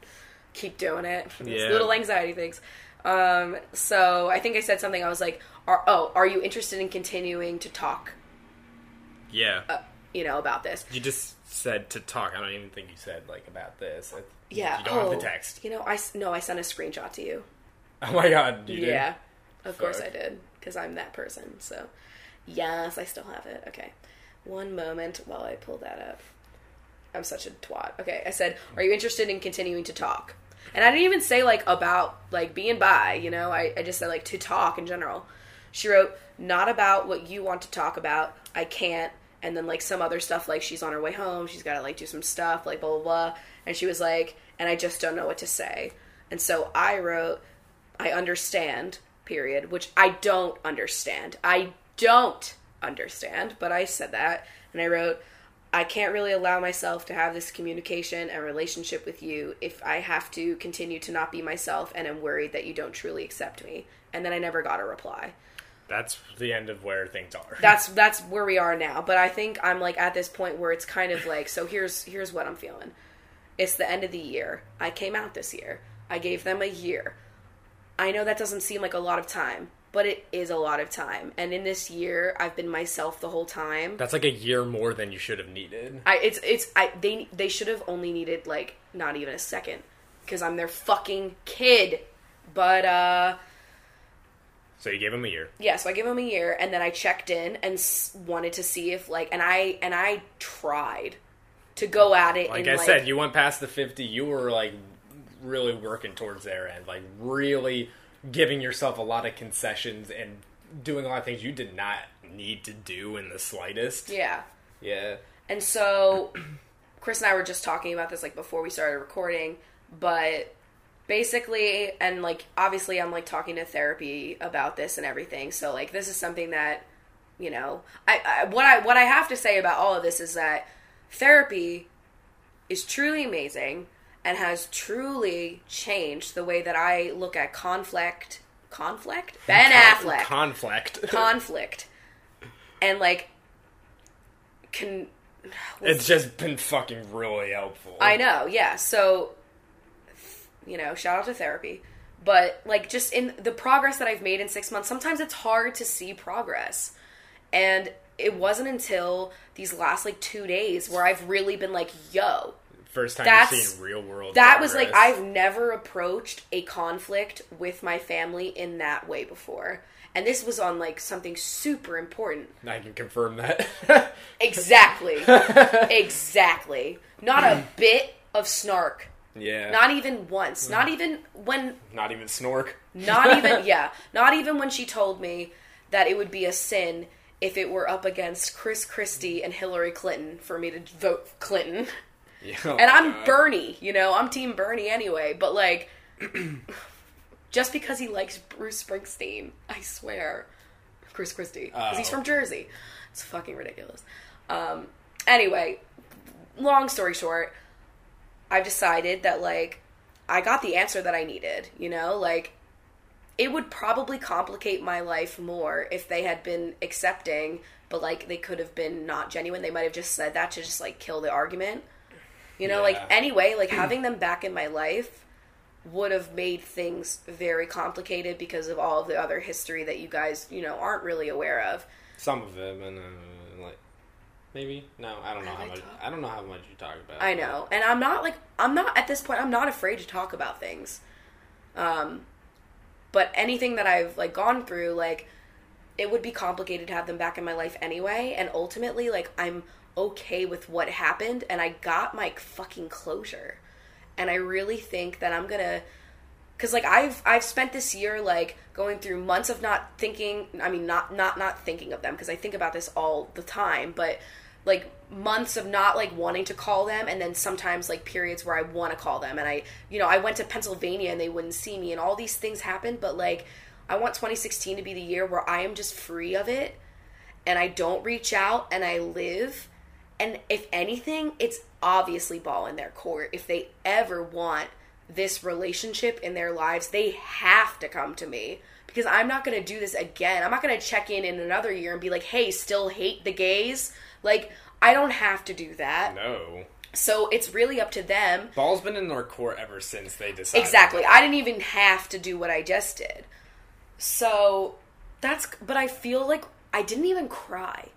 S2: Keep doing it. (laughs) It's
S4: Yeah.
S2: little anxiety things. Um, so I think I said something. I was like, are, "Oh, are you interested in continuing to talk? uh,
S4: yeah.
S2: You know about this?"
S4: you just said to talk. I don't even think you said like about this. I-
S2: Yeah.
S4: You don't
S2: oh,
S4: have the text. (laughs)
S2: You know, I s- no, I sent a screenshot to you.
S4: Oh my god. You
S2: yeah.
S4: Did?
S2: Of course
S4: Fuck.
S2: I did, because I'm that person. So, yes, I still have it. Okay. One moment while I pull that up. I'm such a twat. Okay, I said, "Are you interested in continuing to talk?" And I didn't even say like about like being by, you know. I, I just said like to talk in general. She wrote, "Not about what you want to talk about. I can't." And then like some other stuff like she's on her way home, she's got to like do some stuff, like blah blah blah. And she was like, "And I just don't know what to say." And so I wrote, "I understand." Period, which I don't understand. I don't understand, but I said that, and I wrote. I can't really allow myself to have this communication and relationship with you if I have to continue to not be myself and am worried that you don't truly accept me. And then I never got a reply.
S4: That's the end of where things are.
S2: That's that's where we are now. But I think I'm like at this point where it's kind of like so here's here's what I'm feeling. It's the end of the year. I came out this year. I gave them a year. I know that doesn't seem like a lot of time, but it is a lot of time. And in this year, I've been myself the whole time.
S4: That's like a year more than you should have needed.
S2: I it's it's I they they should have only needed like not even a second because I'm their fucking kid. But uh
S4: So you gave him a year.
S2: yeah, so I give them a year and then I checked in and s- wanted to see if like and I and I tried to go at it.
S4: Like
S2: and,
S4: I said, you went past the 50. You were like really working towards their end, like really giving yourself a lot of concessions and
S1: doing a lot of things you did not need to do in the slightest.
S2: Yeah.
S1: Yeah.
S2: And so Chris and I were just talking about this like before we started recording, but basically and like obviously I'm like talking to therapy about this and everything. So like this is something that you know, I, I what I what I have to say about all of this is that therapy is truly amazing and has truly changed the way that I look at conflict conflict Ben Affleck
S1: Conflict.
S4: (laughs)
S2: conflict and like can
S1: it's just been fucking really helpful.
S2: I know, yeah. So, you know, shout out to therapy. But, like, just in the progress that I've made in six months, sometimes it's hard to see progress. And it wasn't until these last, like, two days where I've really been like, yo,
S1: First time you've
S2: That's-
S1: seen real world.
S2: that was like,
S1: progress.
S2: I've never approached a conflict with my family in that way before. And this was on, like, something super important.
S1: I can
S4: (laughs)
S1: confirm that.
S2: Exactly. exactly. Not a bit of snark.
S1: yeah.
S2: Not even once. Not even when
S1: Not even
S4: (laughs)
S1: snork.
S2: Not
S1: (laughs)
S2: even yeah, not even when she told me that it would be a sin if it were up against Chris Christie and Hillary Clinton for me to vote Clinton.
S1: Yeah.
S4: oh
S2: And I'm Bernie, you know, I'm team Bernie anyway,
S1: (clears throat)
S2: but like just because he likes Bruce Springsteen, I swear. Chris Christie. Because he's
S1: Oh.
S2: from Jersey. It's fucking ridiculous. Um anyway, long story short, I've decided that like I got the answer that I needed, you know? Like it would probably complicate my life more if they had been accepting, but like they could have been not genuine. They might have just said that to just like kill the argument. You know, like
S1: Yeah.
S2: anyway, like having them back in my life would have made things very complicated because of all of the other history that you guys, you know, aren't really aware of.
S4: Some of them, and uh, like maybe no, I don't know
S2: Have
S4: how
S2: I
S4: much.
S2: talked?
S4: I don't know how much you talk about.
S2: I know. And I'm not like I'm not at this point I'm not afraid to talk about things. Um but anything that I've like gone through like it would be complicated to have them back in my life anyway and ultimately like I'm okay with what happened and I got my fucking closure. And I really think that I'm going to cuz like I've I've spent this year like going through months of not thinking, I mean not not not thinking of them cuz I think about this all the time, but like months of not like wanting to call them and then sometimes like periods where I want to call them and I you know I went to Pennsylvania and they wouldn't see me and all these things happened but like I want 2016 to be the year where I am just free of it and I don't reach out and I live and if anything it's obviously ball in their court if they ever want this relationship in their lives they have to come to me because I'm not going to do this again I'm not going to check in in another year and be like hey still hate the gays like I don't have to do that
S1: No.
S2: so it's really up to them
S1: Ball's been in their court ever since they decided.
S2: Exactly. I didn't even have to do what I just did. So that's, but I feel like I didn't even cry.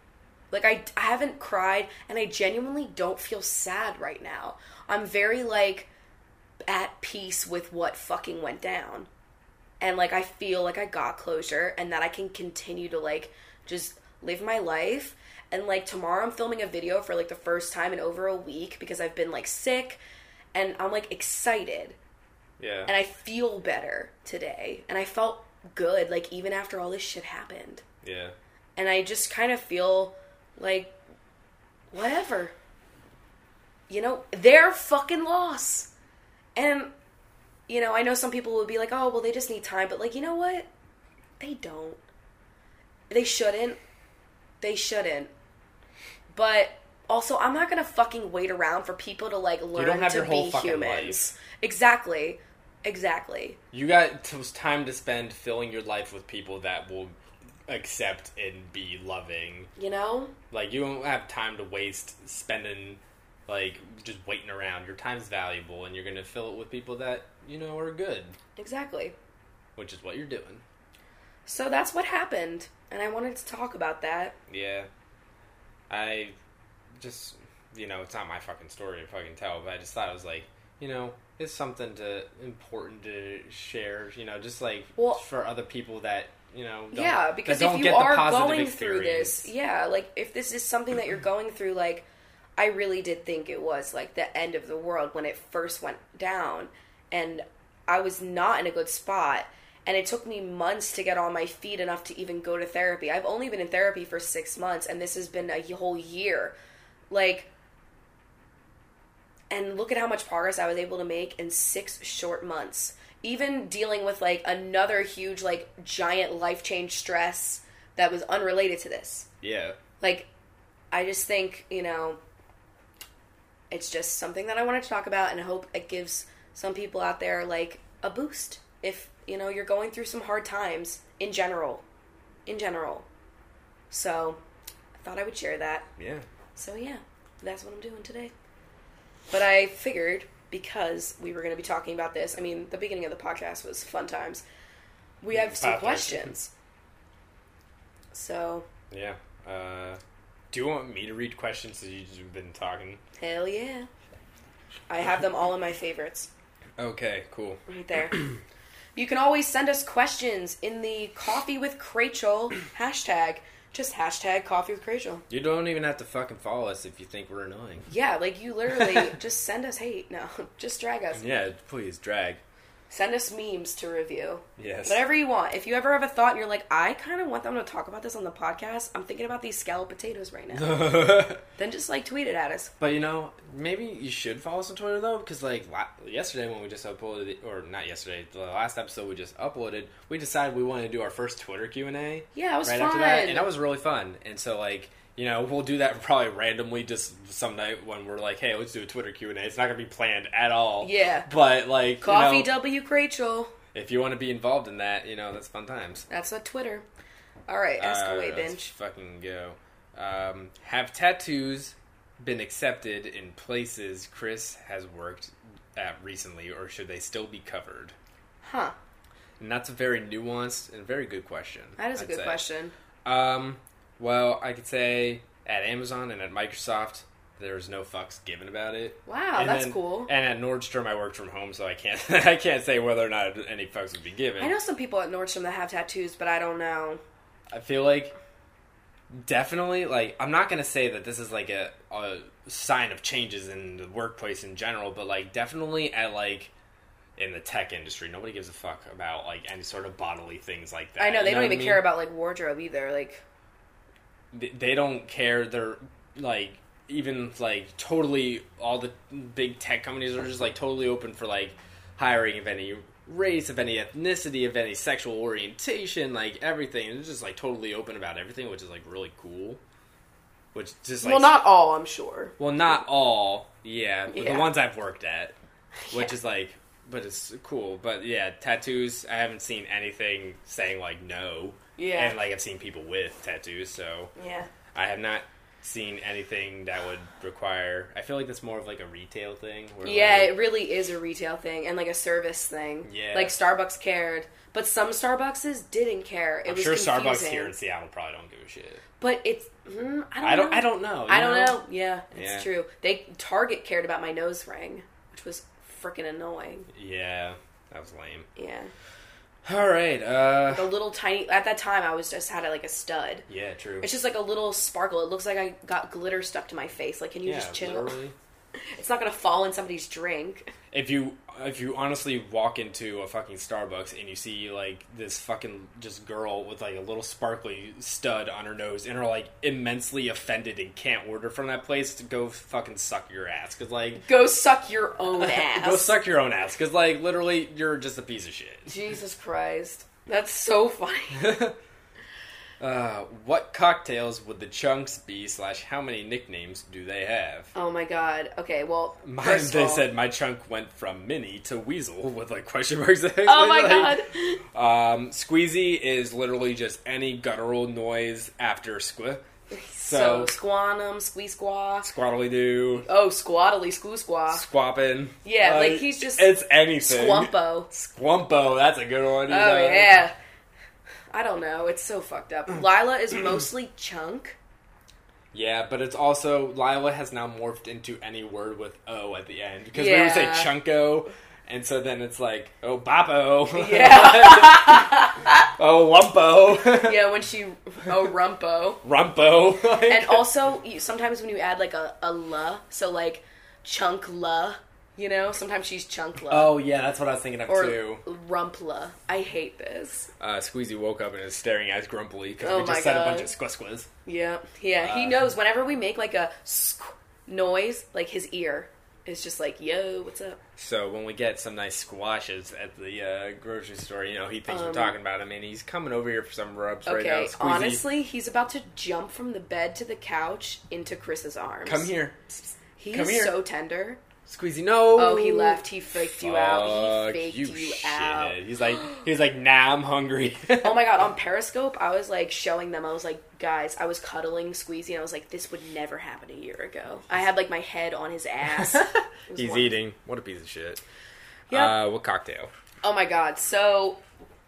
S2: Like I, I haven't cried and I genuinely don't feel sad right now. I'm very like at peace with what fucking went down. And like I feel like I got closure and that I can continue to like just live my life. And like tomorrow I'm filming a video for like the first time in over a week because I've been like sick and I'm like excited
S1: Yeah.
S2: and I feel better today. And I felt good, like, even after all this shit happened.
S1: yeah.
S2: And I just kind of feel like, whatever. You know, their fucking loss. And, you know, I know some people would be like, oh, well, they just need time. But, like, you know what? They don't. They shouldn't. They shouldn't. But also, I'm not gonna fucking wait around for people to like learn
S4: have
S2: to
S4: your whole
S2: be
S4: fucking
S2: humans. Exactly. Exactly.
S4: You got t- time to spend filling your life with people that will accept and be loving.
S2: You know?
S4: Like you don't have time to waste spending, like just waiting around. Your time's valuable, and you're gonna fill it with people that you know are good,
S2: Exactly.
S4: which is what you're doing.
S2: So that's what happened. And I wanted to talk about that.
S4: Yeah. I just, you know, it's not my fucking story to fucking tell, but I just thought it was like, you know, it's something to important to share, you know, just like
S2: Well-
S4: for other people that, you know, don't,
S2: yeah,
S4: that
S2: because
S4: don't
S2: if you
S4: get the
S2: are
S4: positive
S2: going through
S4: experience.
S2: this, yeah, like if this is something that you're going through, like I really did think it was like the end of the world when it first went down. And I was not in a good spot. and it took me months to get on my feet enough to even go to therapy. I've only been in therapy for 6 months and this has been a whole year. Like and look at how much progress I was able to make in 6 short months. Even dealing with like another huge like giant life change stress that was unrelated to this.
S1: Yeah.
S2: Like I just think, you know, it's just something that I wanted to talk about and I hope it gives some people out there like a boost if you know you're going through some hard times in general in general so i thought i would share that
S1: Yeah.
S2: so yeah that's what i'm doing today but i figured because we were going to be talking about this i mean the beginning of the podcast was fun times we have some
S1: Podcast.
S2: questions so
S1: Yeah. Uh, do you want me to read questions since you've been talking?
S2: hell yeah i have them all in my favorites
S1: Okay, cool.
S2: right there. (clears throat) you can always send us questions in the Coffee with Crachel (clears throat) hashtag. Just hashtag Coffee with Crachel.
S1: You don't even have to fucking follow us if you think we're annoying.
S2: Yeah, like you literally just send us hate. No, (laughs) just drag us.
S1: Yeah, please drag.
S2: Send us memes to review.
S1: Yes.
S2: Whatever you want. If you ever have a thought and you're like, I kind of want them to talk about this on the podcast, I'm thinking about these scalloped potatoes
S1: (laughs)
S2: right now.
S1: but
S2: then just like tweet it at us.
S1: you know, maybe you should follow us on Twitter though, because like la- yesterday when we just uploaded, or not yesterday, the last episode we just uploaded, we decided we wanted to do our first Twitter Q and A.
S2: Yeah, it was
S1: right
S2: fun.
S1: after that, and that was really fun. And so like you know we'll do that probably randomly just some night when we're like, hey, let's do a Twitter Q and A. It's not gonna be planned at all.
S2: Yeah.
S1: But like
S2: Coffee
S1: you know,
S2: W Crachel.
S1: if you want to be involved in that, you know that's fun times.
S2: That's a Twitter. All right, ask
S1: Uh,
S2: away,
S1: let's
S2: Bench.
S1: Fucking go. Um, have tattoos been accepted in places Chris has worked at recently, or should they still be covered?
S2: Huh.
S1: And that's a very nuanced and very good question.
S2: That is a
S1: I'd
S2: good
S1: say.
S2: question.
S1: Um, well, I could say at Amazon and at Microsoft, there's no fucks given about it.
S2: Wow,
S1: And
S2: that's
S1: then-
S2: cool.
S1: And at Nordstrom, I worked from home, so I can't (laughs) I can't say whether or not any fucks would be given.
S2: I know some people at Nordstrom that have tattoos, but I don't know.
S1: I feel like definitely like I'm not gonna say that this is like a, a sign of changes in the workplace in general, but like definitely at like in the tech industry, nobody gives a fuck about like any sort of bodily things like that.
S2: I know they
S1: You
S2: don't
S1: what
S2: even
S1: I mean?
S2: care about like wardrobe either. Like,
S1: They- They don't care. They're like even like totally all the big tech companies are just like totally open for like hiring of any race of any ethnicity of any sexual orientation like everything it's just like totally open about everything which is like really cool which just like
S2: well, not all, I'm sure.
S1: well, not all. Yeah, but
S2: Yeah.
S1: the ones I've worked
S2: (laughs)
S1: at, which
S2: Yeah.
S1: is like, but it's cool. But yeah, tattoos. I haven't seen anything saying like no.
S2: Yeah.
S1: and like I've seen people with tattoos, so
S2: Yeah,
S1: I have not seen anything that would require. I feel like that's more of like a retail thing. Where
S2: yeah,
S1: like-
S2: it really is a retail thing and like a service thing.
S1: Yeah.
S2: like Starbucks cared, but some Starbuckses didn't care. It
S1: I'm
S2: was
S1: sure Starbucks
S2: confusing.
S1: here in Seattle probably don't give a shit.
S2: but it's mm, I don't
S1: I don't.
S2: know.
S1: I don't know. you
S2: I don't know. Yeah, it's
S1: Yeah.
S2: true. They Target cared about my nose ring, which was freaking annoying.
S1: Yeah, that was lame.
S2: Yeah,
S1: All right. Uh.
S2: the little tiny. At that time, I was just had like a stud.
S1: Yeah. True.
S2: It's just like a little sparkle. It looks like I got glitter stuck to my face. Like, can you
S1: yeah.
S2: just chill?
S1: Literally.
S2: (laughs) It's not gonna fall in somebody's drink.
S1: if you if you honestly walk into a fucking Starbucks and you see like this fucking just girl with like a little sparkly stud on her nose and are like immensely offended and can't order from that place to go fucking suck your ass because like
S2: Go suck your own
S1: (laughs)
S2: ass.
S1: go suck your own ass because like literally you're just a piece of shit.
S2: Jesus Christ, that's so funny.
S1: Uh, what cocktails would the chunks be? Slash, how many nicknames do they have?
S2: oh my God. Okay, well,
S1: Mine,
S2: first of
S1: they
S2: all-
S1: said my chunk went from mini to weasel (laughs) with like question marks.
S2: Oh my God.
S1: Um, squeezy is literally just any guttural noise after squ. (laughs) So,
S2: So, squanum, squee squaw.
S1: squaddly do,
S2: Oh, squaddly squoo squaw.
S1: squappin.
S2: Yeah, like, he's just-
S1: It's anything.
S2: Squumpo.
S1: Squumpo, that's a good one.
S2: Oh yeah. I don't know. It's so fucked up.
S1: Mm.
S2: Lila is mostly chunk.
S1: Yeah, but it's also, Lila has now morphed into any word with O at the end. Because we would say
S2: Yeah.
S1: chunko, and so then it's like, oh, boppo.
S2: Yeah.
S1: (laughs) oh,
S2: (laughs)
S1: lumpo.
S2: yeah. When she
S1: (laughs)
S2: oh rumpo.
S1: Rumpo. Like-
S2: and also you, sometimes when you add like a, a la so like chunk la You know, sometimes she's chunkla
S4: Oh yeah, that's what I was thinking of
S2: or
S4: too.
S2: rumpla. I hate this.
S1: Uh, Squeezy woke up and is staring at us grumpily because
S2: Oh
S1: we
S2: my
S1: just said a
S2: God.
S1: bunch of squiz squiz.
S2: Yeah, yeah. he
S1: Um,
S4: Uh,
S2: knows whenever we make like a squ- noise, like his ear is just like, "Yo, what's up?"
S1: So when we get some nice squashes at the uh, grocery store, you know, he thinks we're
S2: Um,
S1: talking about him, and he's coming over here for some rubs right now.
S2: okay,
S1: Squeezy,
S2: honestly, he's about to jump from the bed to the couch into Chris's arms.
S1: come here,
S2: He
S1: Come
S2: is
S1: here.
S2: so tender.
S1: Squeezy. No.
S2: Oh, he left. He faked you out. He
S1: Fuck
S2: faked
S1: you,
S2: you,
S1: shit.
S2: out.
S1: He's like, he's like, nah, I'm hungry.
S2: (gasps)
S1: (laughs)
S2: Oh my god, on Periscope, I was like showing them. I was like, guys, I was cuddling, squeezing. I was like, this would never happen a year ago. I had like my head on
S1: (laughs)
S2: his ass. It was
S1: he's
S2: wild.
S1: eating. What a piece of shit.
S2: Yeah.
S1: Uh, what cocktail?
S2: oh my god. So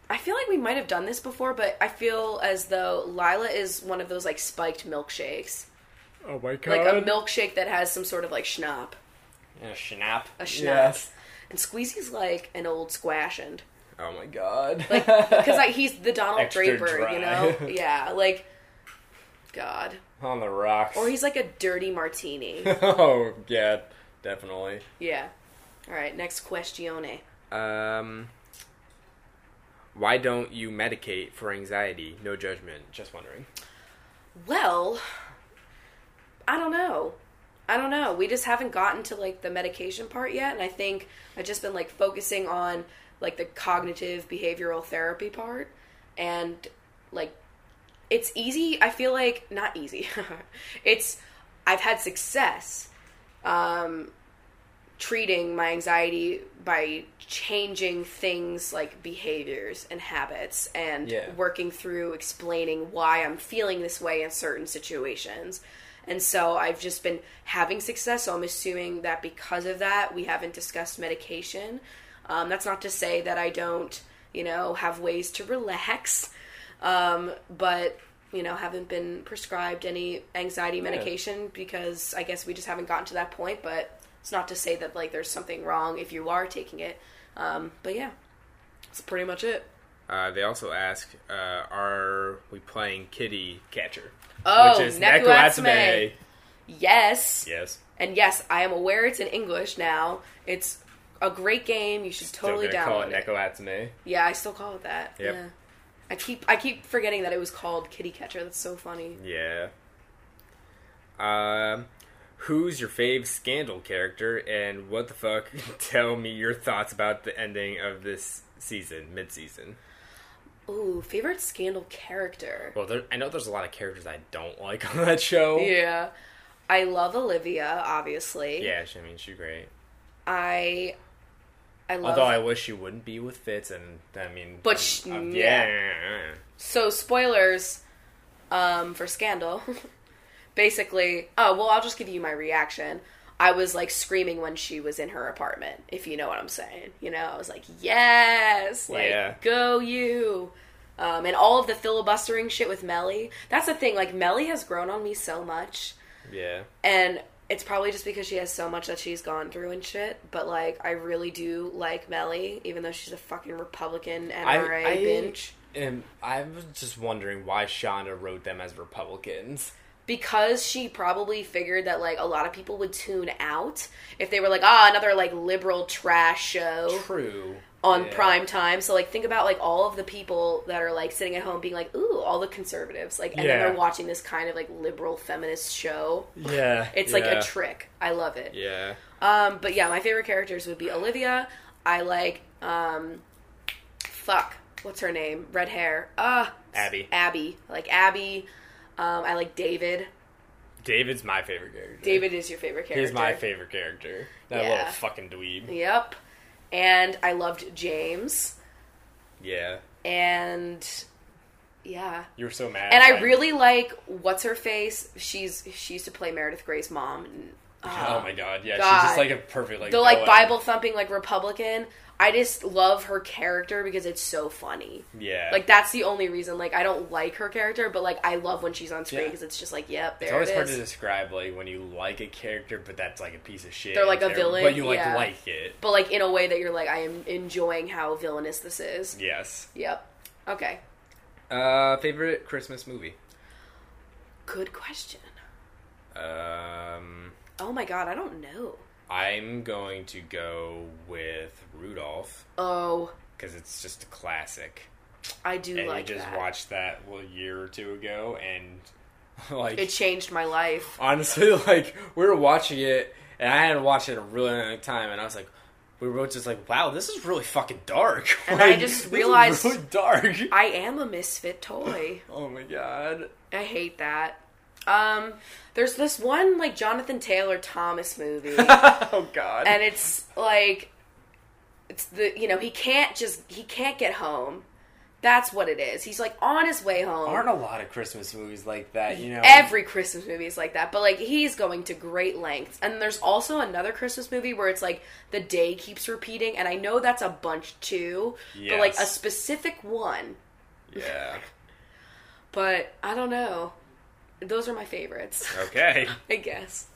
S2: I feel like we might have done this before, but I feel as though Lila is one of those like spiked milkshakes,
S1: Oh my god.
S2: like a milkshake that has some sort of like schnapp,
S4: A schnapp.
S2: a schnapp.
S1: Yes.
S2: And Squeezy's like an old squashend.
S1: Oh my god.
S2: like because like he's the Donald
S4: Extra
S2: Draper,
S4: dry. (laughs)
S2: you know? Yeah, like God,
S1: (laughs) on the rocks.
S2: or he's like a dirty martini.
S4: (laughs)
S1: (laughs) oh yeah, definitely.
S2: yeah. All right, next questione.
S1: Um, why don't you medicate for anxiety? No judgment. Just wondering.
S2: Well, I don't know. I don't know. We just haven't gotten to like the medication part yet, and I think I've just been like focusing on like the cognitive behavioral therapy part and like it's easy. I feel like not easy. (laughs) it's I've had success um treating my anxiety by changing things like behaviors and habits and
S1: Yeah.
S2: working through explaining why I'm feeling this way in certain situations. And so I've just been having success. So I'm assuming that because of that, we haven't discussed medication. Um, that's not to say that I don't, you know, have ways to relax, um, but, you know, haven't been prescribed any anxiety medication because I guess we just haven't gotten to that point. But it's not to say that, like, there's something wrong if you are taking it. Um, but yeah, that's pretty much it.
S1: Uh, they also ask, uh, are we playing kitty catcher?
S2: Oh, Neku
S1: Nekuatsume.
S2: Atsume. Yes.
S1: Yes.
S2: And yes, I am aware it's in English now. It's a great game. You should totally
S1: Still gonna call
S2: download
S1: it
S2: it.
S1: Neko Atsume.
S2: Yeah, I still call it that.
S1: Yep.
S2: Yeah. I keep I keep forgetting that it was called Kitty Catcher. That's so funny.
S1: Yeah. Um, who's your fave scandal character, and what the fuck? (laughs) Tell me your thoughts about the ending of this season, mid-season.
S2: Ooh, favorite scandal character.
S1: Well, there, I know there's a lot of characters I don't (laughs) like on that show.
S2: Yeah. I love Olivia, obviously.
S1: Yeah, she- I mean, she's great.
S2: I I love
S1: Although I wish she wouldn't be with Fitz, and I mean,
S2: But
S1: um,
S2: sh-
S1: um,
S2: yeah.
S1: yeah.
S2: So spoilers um, for Scandal. (laughs) Basically, oh well, I'll just give you my reaction. I was like screaming when she was in her apartment, if you know what I'm saying. You know, I was like, "Yes, like
S1: Yeah.
S2: go you." Um, and all of the filibustering shit with Melly. That's the thing. Like Melly has grown on me so much,
S1: yeah.
S2: and it's probably just because she has so much that she's gone through and shit. But like, I really do like Melly, even though she's a fucking Republican NRA
S1: I-
S2: bitch.
S1: And I was just wondering why Shonda wrote them as Republicans.
S2: because she probably figured that like a lot of people would tune out if they were like ah another like liberal trash show
S1: True.
S2: on
S1: Yeah.
S2: prime time so like think about like all of the people that are like sitting at home being like ooh all the conservatives like and then
S1: Yeah.
S2: they're watching this kind of like liberal feminist show
S1: Yeah.
S2: (laughs) it's like a trick i love it
S1: Yeah.
S2: um but yeah my favorite characters would be olivia i like um fuck what's her name red hair uh
S1: Abby.
S2: abby I like abby um i like david
S1: David's my favorite character.
S2: David is your favorite character.
S1: He's my favorite character. That
S2: Yeah.
S1: little fucking dweeb.
S2: Yep. And I loved James.
S1: Yeah.
S2: And yeah.
S1: You were so mad.
S2: And I
S1: when-
S2: really like what's her face. She's she used to play Meredith Gray's mom.
S1: Oh my god, yeah.
S2: God.
S1: She's just like a perfect like
S2: The like
S1: villain.
S2: Bible thumping like Republican. I just love her character because it's so funny.
S1: Yeah.
S2: Like that's the only reason. Like I don't like her character, but like I love when she's on screen
S1: Yeah.
S2: because it's just like, yep,
S1: it's
S2: there
S1: always
S2: it
S1: hard
S2: is.
S1: to describe like when you like a character but that's like a piece of shit.
S2: They're like
S1: and
S2: a
S1: terrible,
S2: villain,
S1: But you like
S2: yeah.
S1: like it.
S2: but like in a way that you're like, I am enjoying how villainous this is.
S1: Yes.
S2: Yep. Okay.
S1: Uh favorite Christmas movie.
S2: Good question.
S1: Um
S2: Oh my god, I don't know.
S1: I'm going to go with Rudolph
S2: Oh,
S1: because it's just a classic.
S2: I do
S1: And
S2: like
S1: you just
S2: that.
S1: watched that well, a year or two ago, and (laughs) like
S2: it changed my life.
S1: honestly, (laughs) like we were watching it, and I hadn't watched it in a really long time, and I was like, we were both just like, wow, this is really fucking dark. (laughs)
S2: And I
S1: Like,
S2: just
S1: this is
S2: realized-
S1: really dark. (laughs)
S2: I am a misfit toy.
S1: Oh my god. (laughs)
S2: I hate that. Um, there's this one like Jonathan Taylor Thomas movie,
S1: (laughs) oh god.
S2: and it's like, it's the you know he can't just he can't get home. That's what it is. He's like on his way home.
S1: aren't a lot of Christmas movies like that, you know?
S2: Every Christmas movie is like that, but like he's going to great lengths. And there's also another Christmas movie where it's like the day keeps repeating, and I know that's a bunch too, but like a
S1: Yes.
S2: specific one.
S1: yeah.
S2: But I don't know. Those are my favorites,
S1: Okay. (laughs)
S2: I guess.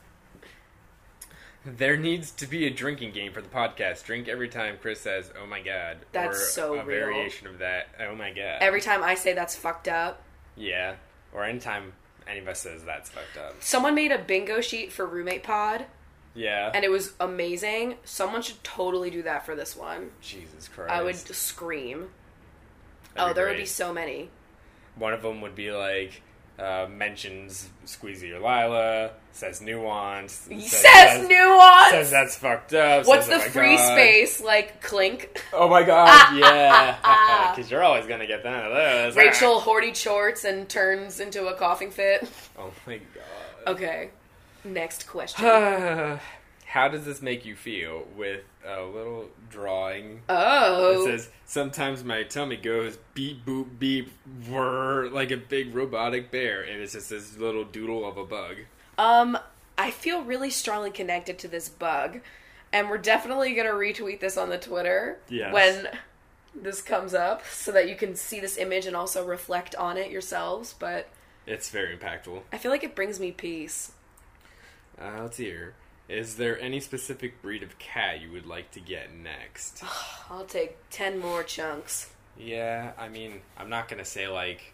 S1: There needs to be a drinking game for the podcast. Drink every time Chris says, "Oh my god."
S2: That's
S1: or
S2: so
S1: a
S2: real.
S1: variation of that. Oh my god.
S2: Every time I say that's fucked up,
S1: yeah. Or anytime any of us says that's fucked up.
S2: someone made a bingo sheet for Roommate Pod,
S1: Yeah.
S2: and it was amazing. Someone should totally do that for this one.
S1: Jesus Christ.
S2: I would scream.
S1: That'd
S2: oh, there would
S1: great.
S2: be so many.
S1: One of them would be like uh, mentions Squeezy or Lila, says nuance,
S2: Says,
S1: that's-
S2: nuance.
S1: says that's fucked up.
S2: What's
S1: says,
S2: the
S1: "Oh my
S2: free
S1: God."
S2: space
S1: (laughs)
S2: like? Clink.
S1: Oh my
S2: (laughs)
S1: god, yeah, (laughs) because you're always gonna get none of those.
S2: Rachel horty shorts and turns into a coughing fit.
S1: (laughs) Oh my god.
S2: Okay.
S1: (sighs)
S2: Next question.
S1: Uh, how does this make you feel with a little drawing that
S2: oh.
S1: says, Sometimes my tummy goes beep boop beep whir like a big robotic bear, and it's just this little doodle of a bug.
S2: Um, I feel really strongly connected to this bug, and we're definitely gonna retweet this on the Twitter
S1: Yes.
S2: when this comes up, so that you can see this image and also reflect on it yourselves. But
S1: It's very impactful.
S2: I feel like it brings me peace.
S1: Uh, let's hear. Is there any specific breed of cat you would like to get
S2: (sighs)
S1: next?
S2: I'll take ten more chunks.
S1: yeah, I mean, I'm not gonna say like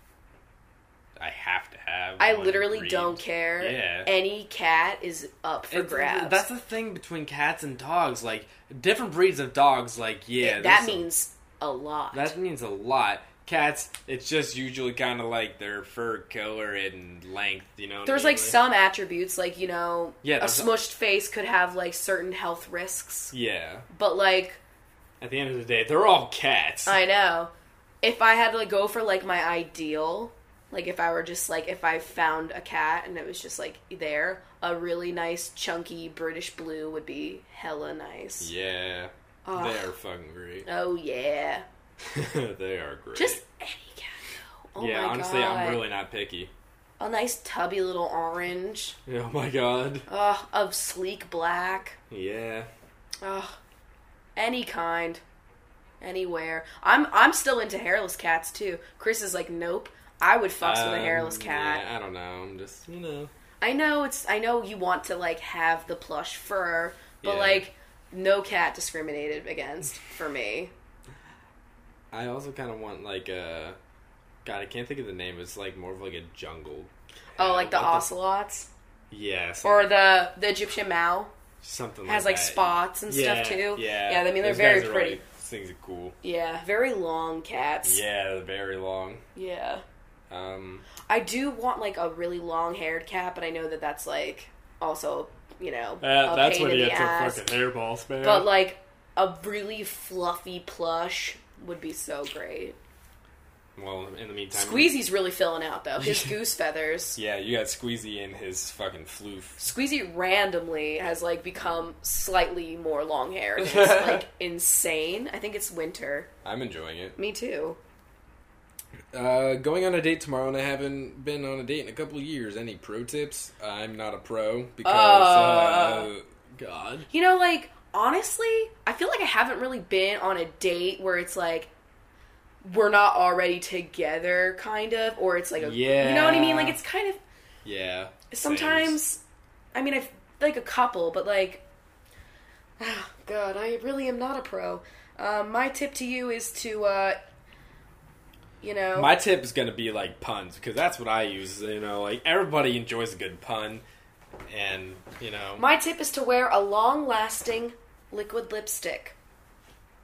S1: I have to have.
S2: I
S1: one
S2: literally
S1: breed.
S2: don't care.
S1: Yeah.
S2: Any cat is up for
S1: It's-
S2: grabs.
S1: That's the thing between cats and dogs. Like different breeds of dogs. Like yeah,
S2: that
S1: there's some-
S2: means a lot.
S1: that means a lot. Cats, it's just usually kind of like their fur color and length. You know, what I
S2: there's
S1: mean?
S2: like some attributes, like you know,
S1: Yeah,
S2: a
S1: there's a-
S2: smushed face could have like certain health risks,
S1: Yeah.
S2: but like
S1: At the end of the day, they're all cats.
S2: I know. If I had to like, go for like my ideal, like if I were just like if I found a cat and it was just like there, a really nice chunky British blue would be hella nice.
S1: yeah.
S2: Ugh.
S1: They're fucking great.
S2: Oh yeah.
S1: (laughs) they are great.
S2: Just any cat though. Oh
S1: yeah,
S2: my
S1: honestly,
S2: god.
S1: I'm really not picky. (laughs)
S2: a nice tubby little orange.
S1: Oh my god.
S2: Ugh, of sleek black.
S1: Yeah.
S2: Ugh. Any kind. Anywhere. I'm I'm still into hairless cats too. Chris is like, nope. I would fucks with a
S1: Um,
S2: hairless cat.
S1: yeah, I don't know. I'm just you know.
S2: I know it's I know you want to like have the plush fur, but
S1: Yeah.
S2: like no cat discriminated against for me.
S1: I also kind of want like a. God, I can't think of the name. It's like more of like a jungle.
S2: Oh,
S1: cat.
S2: like the
S1: What
S2: ocelots
S1: Yeah. Some,
S2: or the the Egyptian Mao
S1: something
S2: has
S1: like
S2: like
S1: that.
S2: spots and
S1: Yeah,
S2: stuff too.
S1: Yeah.
S2: yeah. I mean they're
S1: Those
S2: very
S1: guys are,
S2: pretty.
S1: like- these things are cool.
S2: Yeah, very long cats.
S1: Yeah, they're very long.
S2: Yeah.
S1: Um.
S2: I do want like a really long haired cat, but I know that that's like also you know
S1: uh,
S2: a pain in the ass.
S1: hairballs, man.
S2: But like a really fluffy plush would be so great.
S1: well, in the meantime,
S2: Squeezy's really filling out though. His goose feathers.
S1: Yeah, you got Squeezy and his fucking floof.
S2: Squeezy randomly has like become slightly more long
S1: (laughs)
S2: haired. It's like insane. I think it's winter.
S1: I'm enjoying it.
S2: Me too.
S1: Uh, going on a date tomorrow, and I haven't been on a date in a couple of years. Any pro tips? I'm not a pro because uh,
S2: Uh.
S1: God.
S2: You know, like, honestly, I feel like I haven't really been on a date where it's like, we're not already together, kind of, or it's like a, you know what I mean?
S1: Yeah.
S2: Like, it's kind of,
S1: Yeah.
S2: sometimes,
S1: Sames.
S2: I mean, I've, like, a couple, but like, ah, God, I really am not a pro. Um, my tip to you is to, uh, you know,
S1: My tip is gonna be like puns because that's what I use. You know, like everybody enjoys a good pun. and you know.
S2: My tip is to wear a long lasting liquid lipstick.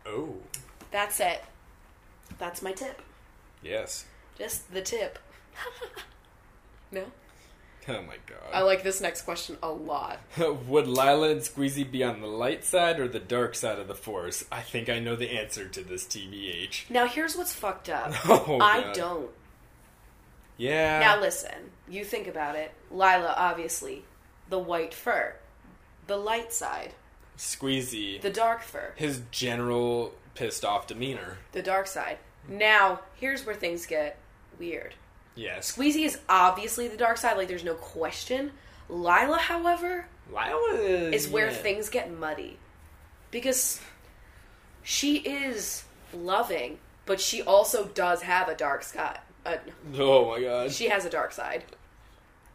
S1: oh,
S2: That's it. That's my tip.
S1: yes.
S2: Just the tip. (laughs) no?
S1: Oh my
S2: I
S1: god.
S2: like this next question a lot.
S1: (laughs) Would Lila and Squeezy be on the light side or the dark side of the Force? I think I know the answer to this, TBH.
S2: Now, here's what's fucked up.
S1: (laughs) Oh,
S2: I
S1: God. Uh.
S2: don't.
S1: Yeah.
S2: Now, listen, you think about it. Lila, obviously, the white fur, the light side,
S1: Squeezy.
S2: the dark fur,
S1: his general pissed off demeanor.
S2: the dark side. Now, here's where things get weird.
S1: Yes.
S2: Squeezy is obviously the dark side, like, there's no question. Lila, however,
S1: Lila is,
S2: is where
S1: yeah.
S2: things get muddy because she is loving but she also does have a dark sky uh,
S1: Oh my god.
S2: she has a dark
S1: (laughs)
S2: side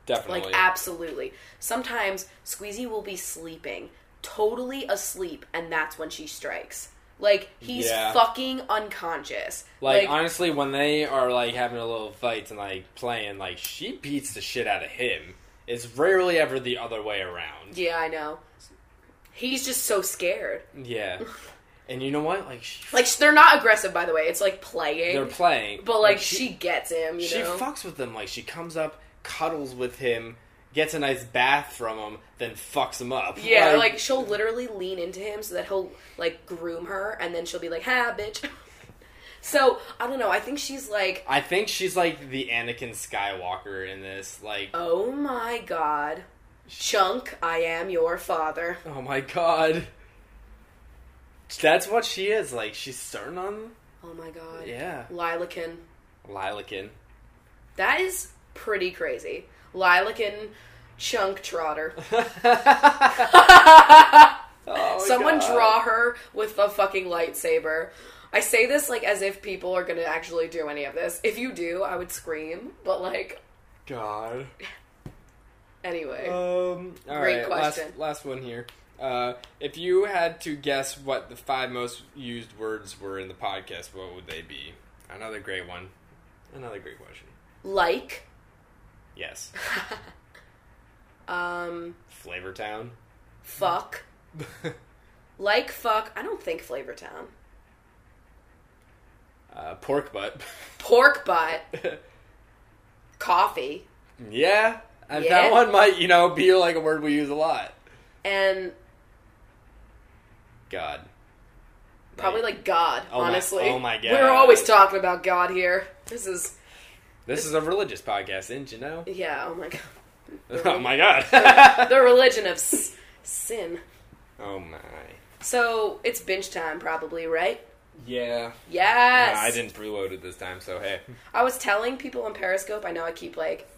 S1: Definitely.
S2: like absolutely sometimes squeezy will be sleeping totally asleep and that's when she strikes like he's
S1: Yeah.
S2: fucking unconscious
S1: Like, honestly, when they are like having a little fight and like playing, like she beats the shit out of him. It's rarely ever the other way around.
S2: yeah i know he's just so scared
S1: Yeah. and you know what? Like, she,
S2: like sh- they're not aggressive by the way it's like playing
S1: they're playing,
S2: but like she, gets him you
S1: she
S2: know
S1: fucks with them. Like she comes up, cuddles with him, gets a nice bath from him, then fucks him up.
S2: Yeah, like, she'll literally lean into him so that he'll like groom her, and then she'll be like, "Ha, bitch." (laughs) so I don't know. I think she's like,
S1: I think she's like the Anakin Skywalker in this. Like,
S2: "Oh my god, Chunk, I am your father."
S1: oh my god. That's what she is. Like she's starting on,
S2: Oh my god,
S1: yeah,
S2: Lilacan.
S1: (laughs) Lilacan.
S2: That is pretty crazy. Lilacan, Chunk Trotter.
S1: Oh
S2: Someone draw her with a fucking lightsaber. I say this like as if people are gonna actually do any of this. If you do, I would scream. But like,
S1: God.
S2: anyway.
S1: Um. all
S2: Great
S1: right, last-
S2: question.
S1: Last, one here. Uh, if you had to guess what the five most used words were in the podcast, what would they be? Another great one. Another great question.
S2: like (laughs)
S1: Yes.
S2: um
S1: Flavor Town. (laughs)
S2: fuck like fuck i don't think flavortown
S1: uh, pork butt. (laughs)
S2: pork butt coffee
S1: yeah. And
S2: Yeah.
S1: That one might, you know, be like a word we use a lot.
S2: and
S1: God.
S2: probably like god
S1: Oh my-
S2: honestly
S1: oh my God.
S2: we're always talking about god here this is
S1: This is a religious podcast, didn't you know?
S2: yeah oh my
S1: (laughs)
S2: god
S1: oh my god.
S2: the religion of s- sin
S1: (laughs) oh my.
S2: so it's binge time probably right
S1: Yeah.
S2: yes
S1: Nah, I didn't preload it this time, so hey.
S2: i was telling people on periscope i know i keep like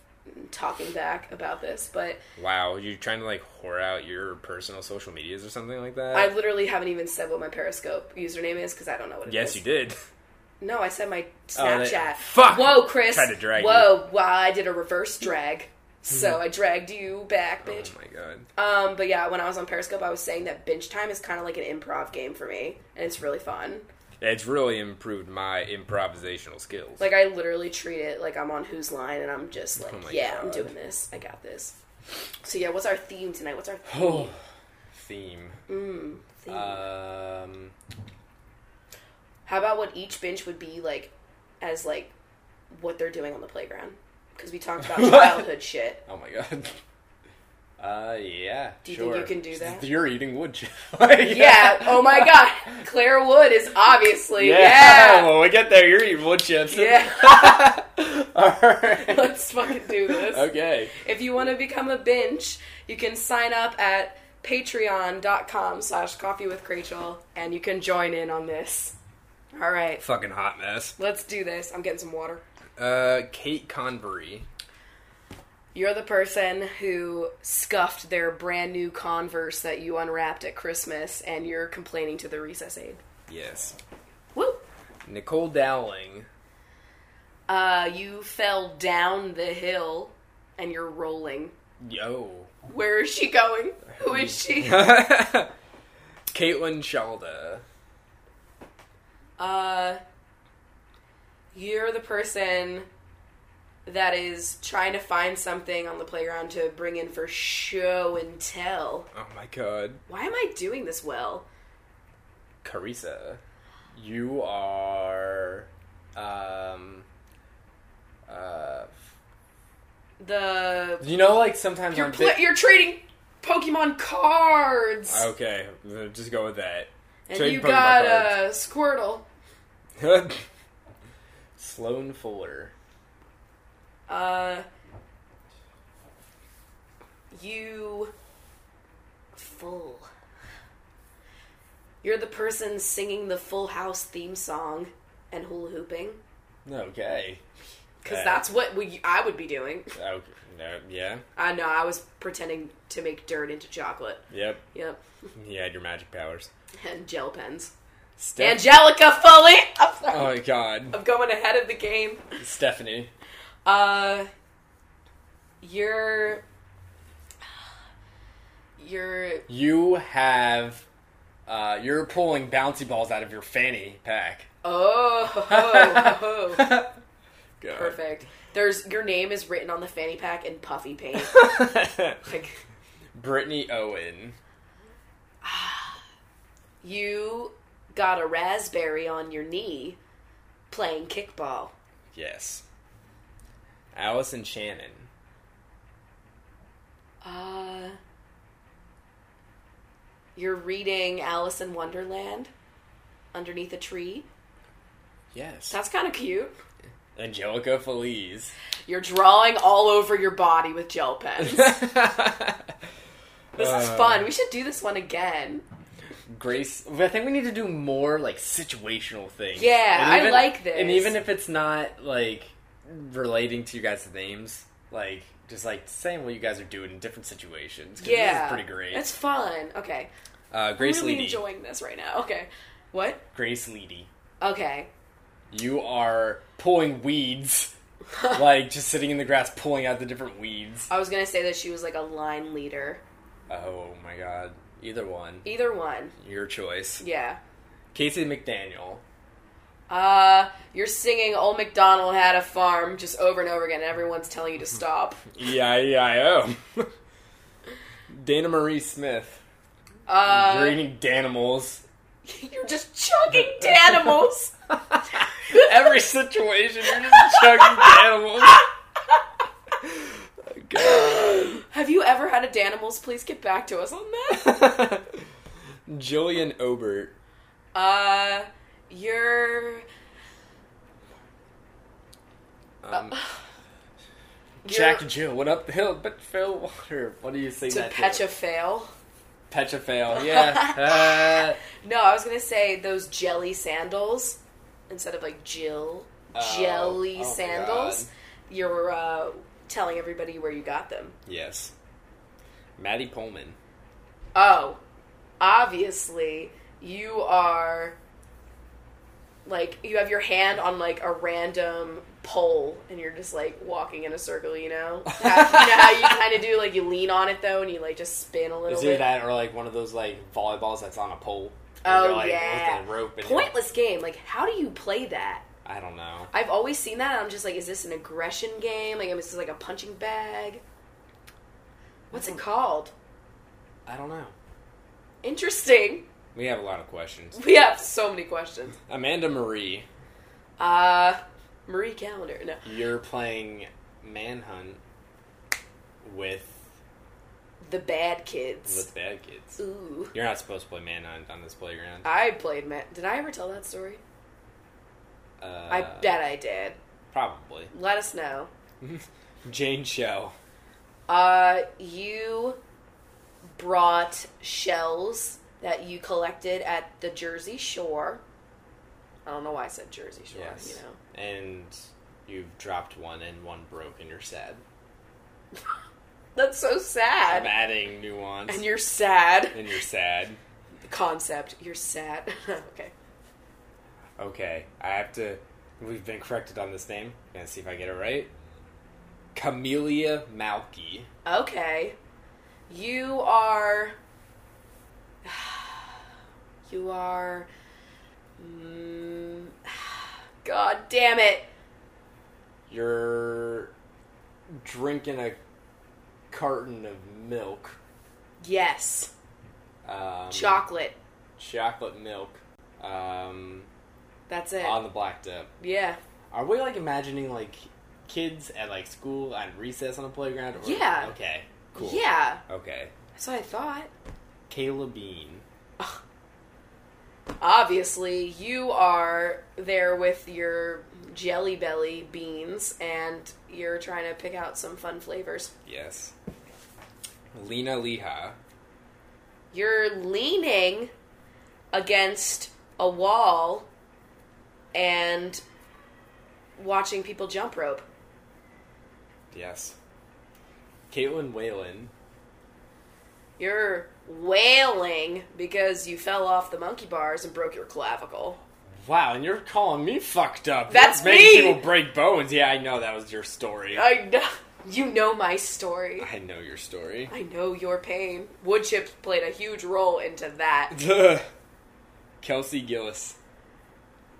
S2: talking back about this but
S5: Wow, you trying to like whore out your personal social medias or something like that?
S2: i literally haven't even said what my periscope username is because i don't know what it is.
S5: yes, you
S2: (laughs)
S5: did.
S2: No, I said my
S1: Oh, they-
S5: (laughs)
S2: Snapchat.
S5: Fuck!
S2: Whoa, Chris.
S5: Tried to drag you. Mm-hmm.
S2: Whoa, wow, I did a reverse drag. So I dragged you back,
S5: Oh
S2: bitch.
S5: my god.
S2: Um, but yeah, when I was on Periscope, I was saying that bench time is kind of like an improv game for me, and it's really fun.
S5: It's really improved my improvisational skills. (sighs)
S2: Like I literally treat it like I'm on Who's Line, and I'm just like,
S5: Oh my
S2: yeah, I'm
S5: God.
S2: doing this. I got this. So yeah, what's our theme
S5: (gasps)
S2: tonight? What's our theme?
S1: Oh. Theme.
S2: Theme?
S5: Uh,
S1: Um.
S2: How about what each bench would be like, as like what they're doing on the playground? Because we
S5: (laughs)
S2: talked about childhood shit.
S1: Oh my god. Uh, yeah.
S2: Do you think
S1: sure.
S2: you can do that?
S1: You're eating
S5: (laughs)
S1: wood chip.
S2: (laughs) Yeah. Oh my God. Claire Wood is obviously.
S1: Yeah.
S5: (laughs)
S2: Yeah.
S1: When we get there, you're eating wood chips.
S2: Yeah.
S1: All right.
S2: (laughs) Let's fucking do this. (laughs)
S1: Okay.
S2: If you want to become a binge, you can sign up at patreon.com slash coffee with Rachel and you can join in on this. All right.
S5: Fucking hot mess.
S2: Let's do this. I'm getting some water.
S5: Uh, Kate Convery.
S2: You're the person who scuffed their brand new Converse that you unwrapped at Christmas and you're complaining to the recess aide.
S5: Yes.
S2: Woo!
S5: Nicole Dowling.
S2: Uh, you fell down the hill and you're rolling.
S5: Yo.
S2: Where is she going? Who is she?
S5: Caitlin Shalda.
S2: Uh, you're the person that is trying to find something on the playground to bring in for show and tell.
S1: Oh my god.
S2: Why am I doing this well?
S1: Carissa, you are um uh
S2: The
S1: you know like sometimes
S2: you're
S1: on
S2: pla
S1: vi-
S2: you're trading Pokemon cards,
S1: Okay, uh, just go with that. (laughs)
S2: and
S1: trade
S2: you
S1: Pokemon
S2: got uh, Squirtle.
S1: Sloan Fuller.
S2: Uh, you full. You're the person singing the Full House theme song and hula hooping,
S1: Okay.
S2: because
S1: Yeah.
S2: that's what we, I would be doing.
S1: Okay. No, yeah.
S2: I know I was pretending to make dirt into chocolate.
S1: Yep.
S2: Yep,
S1: You had your magic powers.
S2: and gel pens.
S1: Steph-
S2: Angelica Foley. I'm sorry.
S1: oh my god.
S2: I'm going ahead of the game.
S1: Stephanie.
S2: Uh, you're. You're
S1: You have uh you're pulling bouncy balls out of your fanny pack.
S2: Oh,
S1: (laughs)
S2: ho, ho.
S1: God.
S2: perfect. There's your name is written on the fanny pack in puffy paint. Like
S1: (laughs) Brittany Owen.
S2: you got a raspberry on your knee playing kickball.
S1: Yes. Allison Shannon.
S2: Uh You're reading Alice in Wonderland underneath a tree.
S1: Yes.
S2: That's kind of cute.
S1: Angelica
S2: (laughs)
S1: Feliz.
S2: You're drawing all over your body with
S1: (laughs)
S2: gel pens. This is
S1: Uh.
S2: fun. We should do this one again.
S1: Grace. I think we need to do more like situational things.
S2: Yeah,
S1: And
S2: I like this.
S1: And even if it's not like relating to you guys' names, like just like saying what you guys are doing in different situations. 'cause
S2: Yeah.
S1: this is pretty great.
S2: It's fun. Okay.
S1: uh, Grace
S2: really
S1: Leedy.
S2: enjoying this right now. Okay. What?
S1: Grace Leedy.
S2: Okay.
S1: You are pulling weeds, (laughs) like just sitting in the grass pulling out the different weeds.
S2: (laughs) I was gonna say that she was like a line leader.
S1: Oh my god. Either one.
S2: Either one.
S1: Your choice.
S2: Yeah.
S1: Casey McDaniel.
S2: Uh, you're singing Old MacDonald had a farm just over and over again, and everyone's telling you to stop.
S1: E E-I-E-I-O. (laughs) Dana Marie Smith. You're
S2: Uh,
S1: eating Danimals.
S2: (laughs) you're just chugging animals.
S1: (laughs) Every situation, you're just
S2: (laughs)
S1: chugging Oh Danimals. God.
S2: (laughs) Have you ever had a Danimals? Please get back to us on that.
S1: (laughs) Jillian Obert.
S2: Uh, you're
S1: Um,
S2: Uh, you're
S1: Jack and Jill went up the hill but fell water. What do you say
S2: to
S1: that
S2: patch a fail.
S1: Pecha
S2: (laughs)
S1: fail, yeah. Uh,
S2: No, I was gonna say those jelly sandals instead of like Jill
S1: Oh, oh
S2: jelly
S1: my
S2: sandals.
S1: God.
S2: You're uh, telling everybody where you got them.
S1: Uh, yes. Maddie Pullman.
S2: Oh, obviously you are like you have your hand on like a random pole and you're just like walking in a circle. You know,
S1: (laughs)
S2: How- you know how you kind of do like you lean on it though and you like just spin a little
S1: Is either
S2: bit.
S1: that or like one of those like volleyballs that's on a pole?
S2: Oh,
S1: You're, like,
S2: yeah.
S1: With a rope and you're-
S2: Pointless game. Like, how do you play that?
S1: I don't know.
S2: I've always seen that. And I'm just like, is this an aggression game? Like, is this like a punching bag? What's
S1: Mm.
S2: it called?
S1: I don't know.
S2: Interesting. (laughs)
S1: We have a lot of questions.
S2: We have so many questions.
S1: Amanda Marie,
S2: Uh, Marie Calendar. No,
S1: you're playing Manhunt with
S2: the bad kids.
S1: with bad kids.
S2: Ooh,
S1: You're not supposed to play Manhunt on this playground.
S2: I played. Ma- did I ever tell that story?
S1: Uh,
S2: I bet I did.
S1: Probably.
S2: Let us know.
S1: Jane Shell.
S2: Uh, you brought shells that you collected at the Jersey Shore. I don't know why I said Jersey Shore.
S1: Yes.
S2: You know.
S1: And you've dropped one and one broke and you're sad.
S2: That's so sad.
S1: I'm adding nuance.
S2: And you're sad.
S1: and you're sad.
S2: Concept. You're sad. (laughs) okay.
S1: Okay, I have to. We've been corrected on this name. Gonna see if I get it right. Camellia Malky.
S2: Okay. You are. (sighs) You are. (sighs) Mm, God damn it.
S1: You're drinking a carton of milk,
S2: Yes.
S1: um,
S2: Chocolate.
S1: chocolate milk, um,
S2: That's it.
S1: on the black dip.
S2: yeah.
S1: Are we like imagining like kids at like school at recess on a playground? Or,
S2: Yeah.
S1: Okay. Cool.
S2: Yeah.
S1: Okay.
S2: That's what I thought. (sighs)
S1: Kayla Bean.
S2: Obviously, you are there with your jelly belly beans and you're trying to pick out some fun flavors.
S1: Yes. Lena Leha.
S2: You're leaning against a wall and watching people jump rope.
S1: Yes. Caitlin Whalen.
S2: You're wailing because you fell off the monkey bars and broke your clavicle.
S1: Wow, and you're calling me fucked up.
S2: That's
S1: You're making
S2: me!
S1: people break bones. Yeah, I know that was your story.
S2: I know. (laughs) You know my story.
S1: I know your story.
S2: I know your pain. Wood chips played a huge role into that.
S1: Ugh. (laughs) Kelsey Gillis.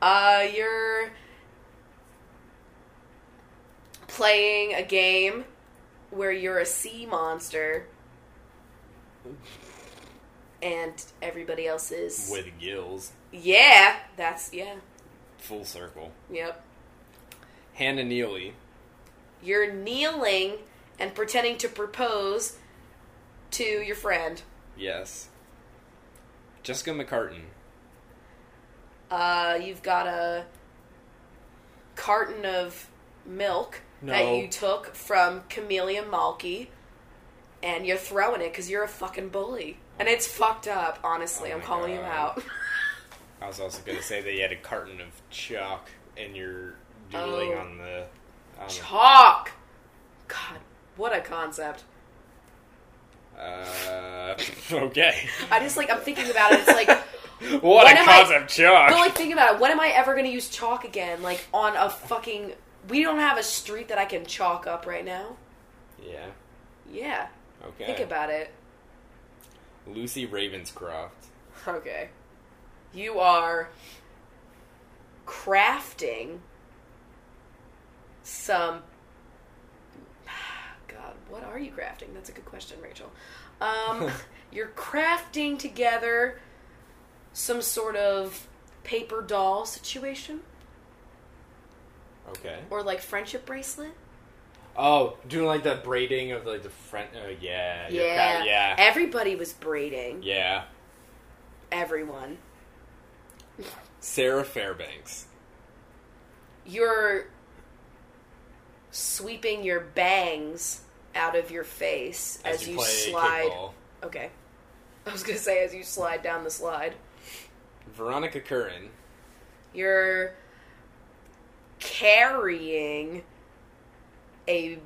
S2: Uh, you're playing a game where you're a sea monster and everybody else is.
S1: With gills.
S2: Yeah, that's. Yeah,
S1: Full circle.
S2: yep.
S1: Hannah Neely.
S2: You're kneeling and pretending to propose to your friend.
S1: Yes. Jessica McCartan.
S2: Uh, you've got a carton of milk
S1: No.
S2: that you took from Camellia Malky, and you're throwing it because you're a fucking bully. And it's fucked up, honestly.
S1: Oh
S2: I'm
S1: my
S2: calling you
S1: God.
S2: out.
S1: I was also going to say that you had a carton of chalk and you're doodling
S2: Oh.
S1: on the. On
S2: (laughs) Chalk! God, what a concept.
S1: the uh, (laughs) okay.
S2: I just, like, I'm thinking about it.
S1: (laughs)
S2: It's like,
S1: what,
S2: What
S1: a
S2: am I-
S1: concept, chalk!
S2: but, like, think about it. When am I ever going to use chalk again? Like, on a fucking. We don't have a street that I can chalk up right now.
S1: yeah.
S2: Yeah,
S1: Okay.
S2: think about it.
S1: Lucy Ravenscroft.
S2: Okay. You are crafting some. (sighs) God, what are you crafting? That's a good question, Rachel.
S1: (laughs)
S2: Um, you're crafting together some sort of paper doll situation
S1: Okay.
S2: or like friendship bracelet.
S1: Oh, doing like the braiding of like the front. Oh yeah. you're
S2: Yeah.
S1: proud- yeah.
S2: Everybody was braiding.
S1: Yeah.
S2: Everyone.
S1: Sarah Fairbanks.
S2: you're sweeping your bangs out of your face as, you,
S1: play
S2: slide.
S1: kickball.
S2: Okay. (laughs) I was going to say as you slide down the slide.
S1: Veronica Curran.
S2: You're carrying a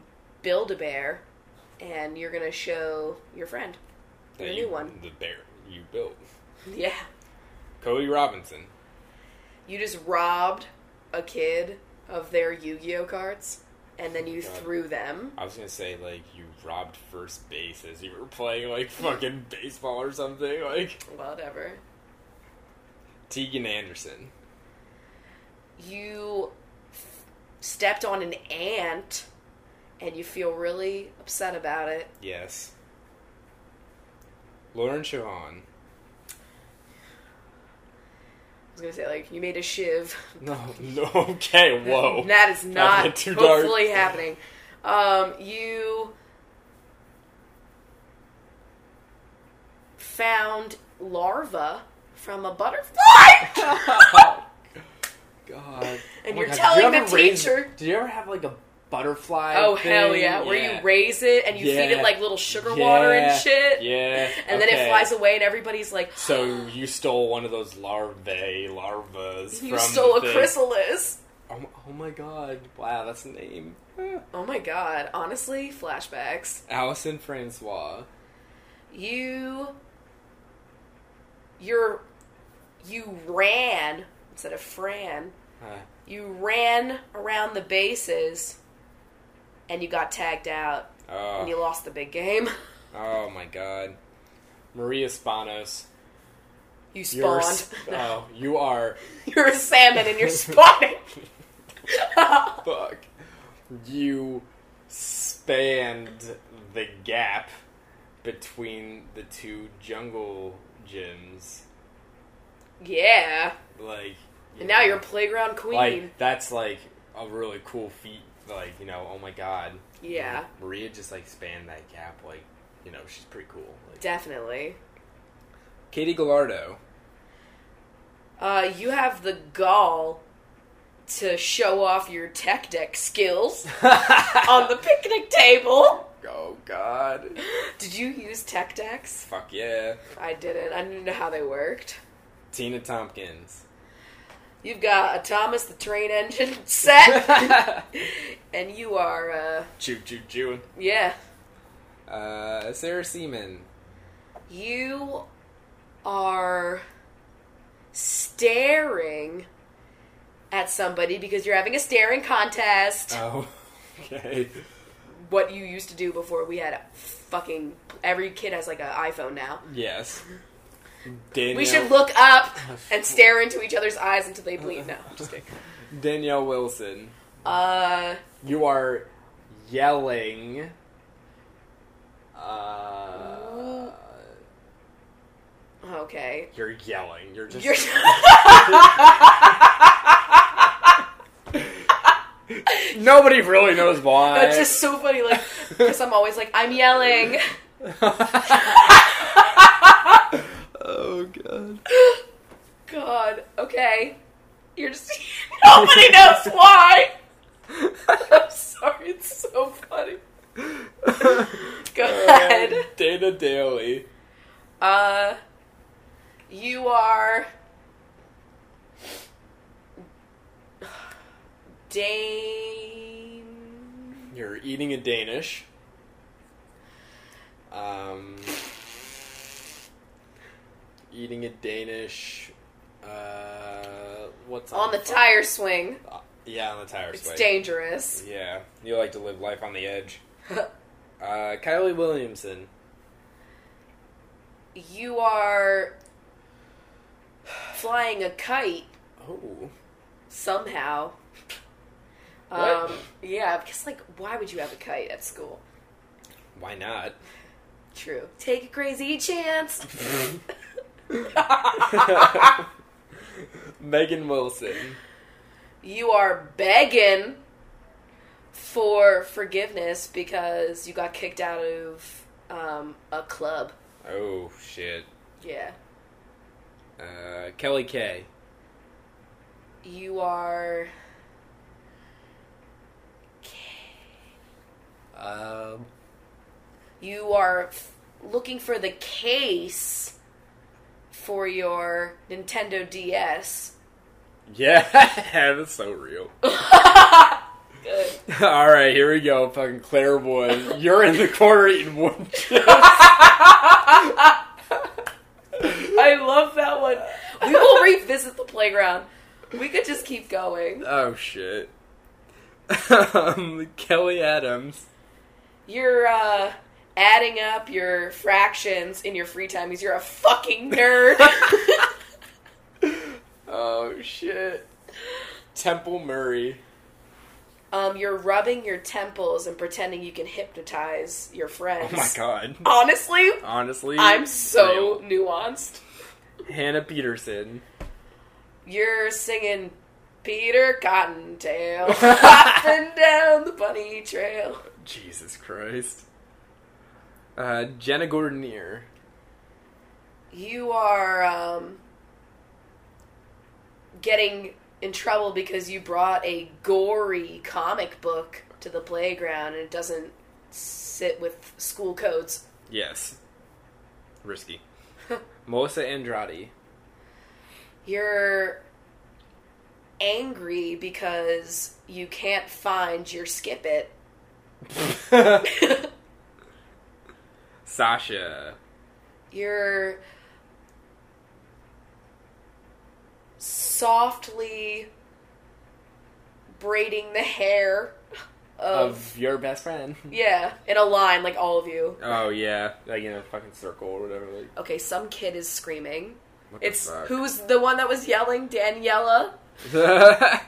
S2: Build-A-Bear and you're going to show your friend. (laughs)
S1: that
S2: Your
S1: you-
S2: new one.
S1: The bear you built.
S2: Yeah.
S1: Cody Robinson.
S2: You just robbed a kid of their Yu-Gi-Oh cards and then you
S1: Oh God.
S2: threw them.
S1: I was gonna say like you robbed first base as you were playing
S2: (laughs)
S1: like fucking baseball or something. Like
S2: Whatever.
S1: Tegan Anderson.
S2: you f- stepped on an ant and you feel really upset about it.
S1: Yes. Lauren Chauvin.
S2: I was gonna say like you made a shiv. (laughs)
S1: No, (laughs) no. Okay, whoa.
S2: that is not
S1: went too dark.
S2: hopefully happening. Um, you found larva from a Oh, butterfly.
S1: God. Oh
S2: And
S1: my
S2: you're
S1: God. Did
S2: telling
S1: ever
S2: the
S1: raise-
S2: teacher-
S1: Did you ever have like a butterfly?
S2: oh
S1: thing?
S2: hell yeah! Where you raise it and you feed
S1: Yeah.
S2: it like little sugar water
S1: Yeah.
S2: and shit.
S1: Yeah.
S2: And then
S1: okay.
S2: it flies away, and everybody's like,
S1: So you stole one of those larvae, larvas.
S2: "You
S1: from
S2: stole
S1: the
S2: a
S1: thing.
S2: chrysalis."
S1: Oh, my- oh my god! Wow, that's a name.
S2: Oh my god, honestly, flashbacks.
S1: Allison Francois.
S2: You you're you ran instead of Fran.
S1: Huh.
S2: You ran around the bases and you got tagged out and you
S1: Oh,
S2: lost the big game. (laughs)
S1: oh my god. Maria Spanos.
S2: You
S1: You're,
S2: spawned.
S1: s- oh, you are.
S2: (laughs) You're a salmon
S1: (laughs)
S2: and you're spawning.
S1: Fuck. You. Sp- expand the gap between the two jungle gyms.
S2: (laughs) Yeah.
S1: Like you
S2: And now
S1: know,
S2: you're playground queen.
S1: like that's like a really cool feat. Like you know, oh my god.
S2: yeah,
S1: Maria just like spanned that gap. Like you know, she's pretty cool. Like,
S2: definitely.
S1: Katie Gallardo.
S2: Uh, you have the gall to show off your tech deck skills (laughs) on the picnic table.
S1: (laughs) oh god.
S2: Did you use tech decks?
S1: Fuck yeah.
S2: I didn't. I didn't know how they worked.
S1: Tina Tompkins.
S2: You've got a Thomas the Train Engine set, (laughs) and you are, uh,
S1: Choo choo chewing.
S2: yeah,
S1: Uh, Sarah Seaman.
S2: you are staring at somebody because you're having a staring contest.
S1: Oh. (laughs) Okay.
S2: what you used to do before we had a fucking every kid has like an iPhone now.
S1: Yes. Danielle,
S2: We should look up and stare into each other's eyes until they bleed. No, I'm just kidding.
S1: Danielle Wilson.
S2: Uh,
S1: You are yelling. Uh,
S2: okay.
S1: you're yelling. You're just. (laughs)
S2: You're (laughs)
S1: Nobody really knows why.
S2: that's
S1: (laughs)
S2: (laughs) just so funny. Like, because I'm always like, I'm yelling. (laughs)
S1: oh god.
S2: God. Okay. You're just (laughs) nobody knows why. I'm sorry. It's so funny. Go
S1: Oh,
S2: (laughs) ahead.
S1: Dana Daly.
S2: Uh, you are (sighs) Dane.
S1: You're eating a Danish. Um, eating a Danish. Uh, what's
S2: On the
S1: fu-
S2: tire swing.
S1: Uh, yeah, on the tire.
S2: It's
S1: sway.
S2: dangerous. (laughs)
S1: Yeah, you like to live life on the edge. Uh, Kylie Williamson.
S2: you are flying a kite
S1: Oh,
S2: somehow.
S1: What?
S2: Um, yeah, because, like, why would you have a kite at school?
S1: why not? (laughs)
S2: True. Take a crazy chance. (laughs)
S1: Megan Wilson.
S2: you are begging for forgiveness because you got kicked out of um, a club.
S1: Oh shit.
S2: Yeah.
S1: Uh, Kelly K.
S2: You are.
S1: Um,
S2: You are f- looking for the case for your Nintendo DS.
S1: yeah, (laughs) that's so real.
S2: (laughs) Good.
S1: All right, here we go. Fucking Claire Wood, you're in the corner eating wood chips.
S2: (laughs) I love that one. We will revisit the playground. We could just keep going.
S1: Oh shit. um, Kelly Adams.
S2: You're uh, adding up your fractions in your free time because you're a fucking (laughs) nerd.
S1: Oh shit. Temple Murray.
S2: um, you're rubbing your temples and pretending you can hypnotize your friends.
S1: Oh my god.
S2: Honestly,
S1: Honestly,
S2: I'm so nuanced.
S1: real. Hannah Peterson.
S2: You're singing Peter Cottontail up and down the bunny trail.
S1: Jesus Christ. Uh, Jenna Gordonier.
S2: You are um, getting in trouble because you brought a gory comic book to the playground and it doesn't sit with school codes. (laughs)
S1: Yes. Risky. Melissa
S2: (laughs)
S1: Andrade. (laughs)
S2: You're angry because you can't find your skip it. (laughs)
S1: Sasha.
S2: You're softly braiding the hair of
S1: Of your best friend.
S2: yeah, in a line like all of you.
S1: Oh yeah, like in a fucking circle or whatever. Like
S2: Okay, some kid is screaming.
S1: what
S2: It's
S1: the fuck?
S2: who's the one that was yelling? Daniela.
S1: (laughs)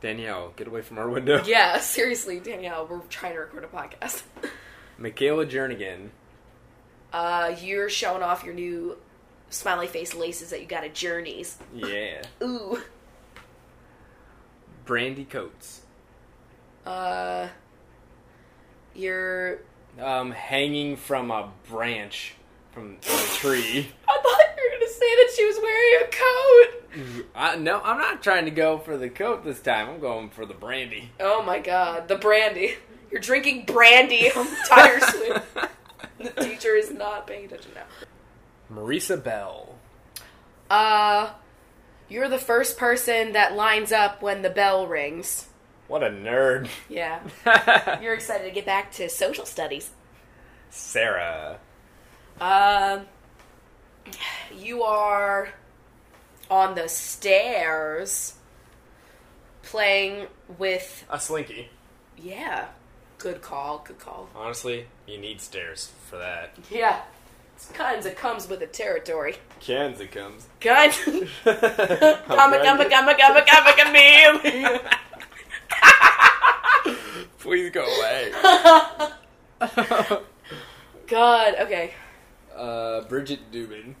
S1: Danielle, get away from our window.
S2: Yeah, (laughs) seriously, Danielle, we're trying to record a podcast. (laughs)
S1: Michaela Jernigan.
S2: Uh, you're showing off your new smiley face laces that you got at Journeys.
S1: Yeah.
S2: Ooh.
S1: Brandy Coates.
S2: Uh, you're.
S1: Um, hanging from a branch from a tree.
S2: I thought you were gonna say that she was wearing a coat.
S1: (laughs) I, no, I'm not trying to go for the coat this time. I'm going for the brandy.
S2: Oh my god, the brandy. You're drinking brandy tirelessly. the teacher is not paying attention
S1: (laughs)
S2: now.
S1: Marisa Bell.
S2: Uh, you're the first person that lines up when the bell rings.
S1: What a (laughs) nerd.
S2: Yeah. You're excited to get back to social studies.
S1: Sarah.
S2: Um, you are on the stairs playing with.
S1: A slinky.
S2: Yeah. Good call, good call.
S1: Honestly, you need stairs for that.
S2: Yeah. It's kinda comes with the territory.
S1: Kanza comes. (laughs)
S2: Kind. Come a come a come a come a come a come meme.
S1: (laughs) Please go
S2: (laughs)
S1: away.
S2: God, okay.
S1: uh, Bridget Dubin.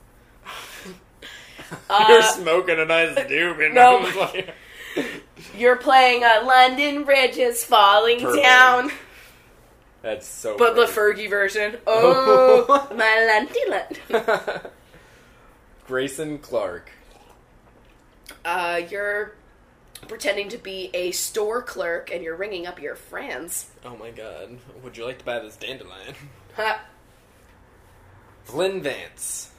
S2: Uh,
S1: You're smoking a
S2: (laughs)
S1: nice Dubin.
S2: no.
S1: I was like- (laughs)
S2: You're playing uh, London Bridge is falling
S1: Perfect.
S2: down,
S1: That's so.
S2: but the
S1: pretty.
S2: Fergie version. Oh, my London. London.
S1: (laughs) Grayson Clark.
S2: Uh, you're pretending to be a store clerk and you're ringing up your friends.
S1: Oh my god. Would you like to buy this dandelion?
S2: Huh.
S1: Lynn Vance.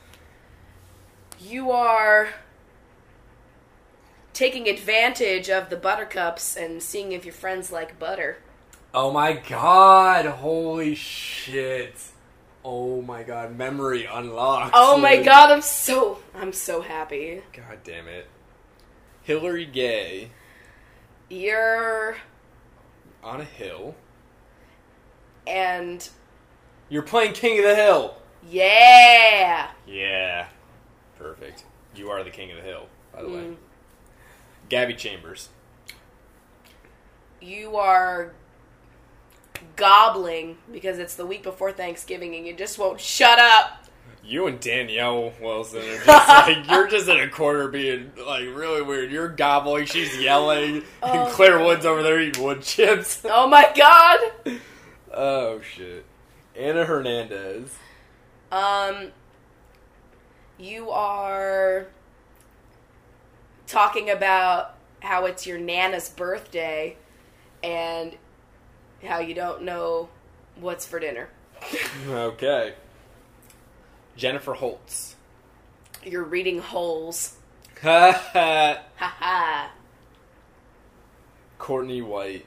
S2: You are taking advantage of the buttercups and seeing if your friends like butter.
S1: Oh my god. Holy shit. Oh my god. Memory unlocked.
S2: Oh my
S1: Like-
S2: god, I'm so I'm so happy.
S1: God damn it. Hillary Gay
S2: You're
S1: on a hill.
S2: and
S1: You're playing King of the Hill.
S2: yeah.
S1: Yeah. Perfect. You are the King of the Hill, by the way.
S2: Mm.
S1: Gabby Chambers.
S2: you are gobbling because it's the week before Thanksgiving and you just won't shut up.
S1: You and Danielle Wilson are
S2: (laughs)
S1: just like you're just in a corner being like really weird. You're gobbling, she's yelling,
S2: Oh.
S1: and Claire Woods over there eating wood chips.
S2: Oh my god.
S1: Oh shit. Anna Hernandez.
S2: Um, you are talking about how it's your nana's birthday and how you don't know what's for dinner.
S1: Okay. Jennifer
S2: (laughs)
S1: Holtz.
S2: You're reading holes.
S1: Courtney
S2: Haha.
S1: White.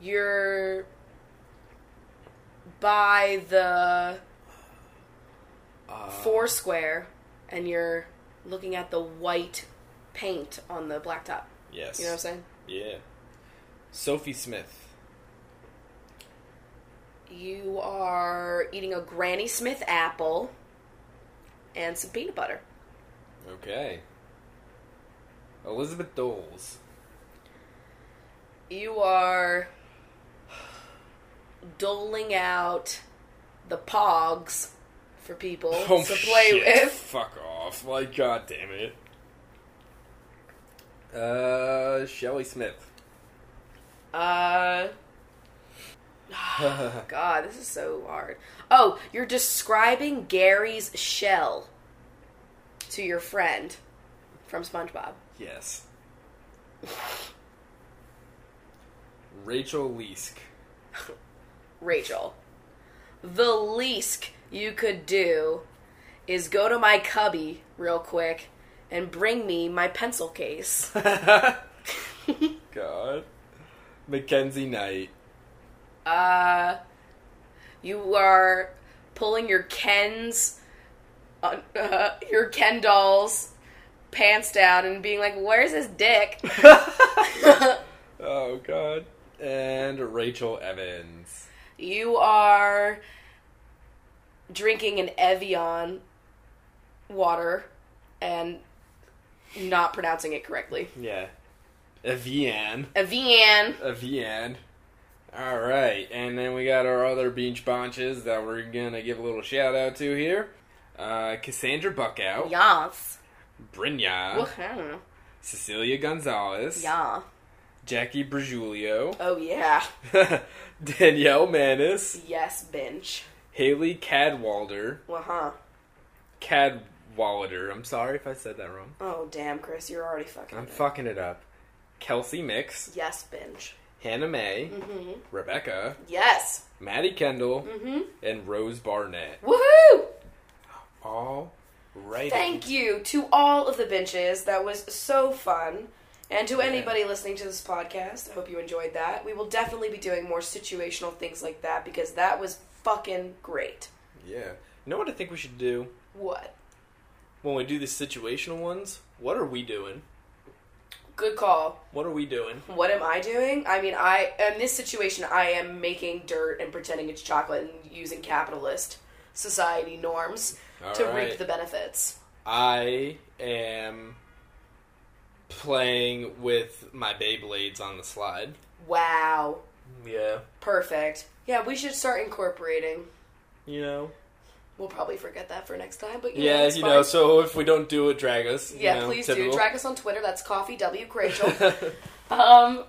S2: You're by the
S1: Uh,
S2: foursquare and you're looking at the white paint on the blacktop.
S1: Yes.
S2: You know what I'm saying?
S1: Yeah. Sophie Smith.
S2: You are eating a Granny Smith apple and some peanut butter.
S1: Okay. Elizabeth Doles.
S2: You are doling out the pogs for people to play
S1: Oh, shit.
S2: with.
S1: Fuck off. Like, god damn it. Uh, Shelly Smith. (laughs)
S2: Uh, God, this is so hard. Oh, you're describing Gary's shell to your friend from SpongeBob. (laughs)
S1: yes. Rachel Leask.
S2: Rachel, the least you could do is go to my cubby real quick and bring me my pencil case.
S1: (laughs) god. Mackenzie Knight.
S2: Uh, you are pulling your Ken's, uh, (laughs) uh, your Ken dolls pants down and being like, "Where's his dick?"
S1: Oh god. And Rachel Evans.
S2: you are drinking an Evian water and not pronouncing it correctly.
S1: Yeah. A VN.
S2: A VN.
S1: A VN. All right, and then we got our other beach bunches that we're gonna give a little shout out to here. Uh, Cassandra Buckout,
S2: Yas.
S1: Brynja,
S2: Woohoo.
S1: Cecilia Gonzalez,
S2: Yeah.
S1: Jackie Brajulio,
S2: Oh, yeah.
S1: (laughs) Danielle Manis,
S2: Yes, bench.
S1: Haley Cadwalder,
S2: Uh huh.
S1: Cadwallader. I'm sorry if I said that wrong.
S2: Oh, damn, Chris, you're already fucking.
S1: I'm
S2: it.
S1: fucking it up. Kelsey Mix,
S2: Yes, bench.
S1: Hannah May,
S2: Mm-hmm.
S1: Rebecca,
S2: Yes.
S1: Maddie Kendall,
S2: Mm
S1: and Rose Barnett.
S2: hmm. Woohoo!
S1: All right.
S2: Thank you to all of the benches. That was so fun. And to anybody listening to this podcast, I hope you enjoyed that. We will definitely be doing more situational things like that because that was fucking great.
S1: Yeah. You know what I think we should do?
S2: What?
S1: When we do the situational ones, what are we doing?
S2: Good call.
S1: What are we doing?
S2: What am I doing? I mean, I in this situation, I am making dirt and pretending it's chocolate and using capitalist society norms
S1: All
S2: to
S1: right.
S2: reap the benefits.
S1: I am playing with my Beyblades on the slide.
S2: Wow,
S1: Yeah.
S2: perfect. Yeah, we should start incorporating.
S1: You know?
S2: We'll probably forget that for next time, but you know,
S1: Yeah,
S2: it's
S1: you
S2: fine.
S1: know, so if we don't do it, drag us. you
S2: Yeah,
S1: know,
S2: please do.
S1: typical.
S2: Drag us on Twitter. That's Coffee W
S1: (laughs)
S2: Rachel. um,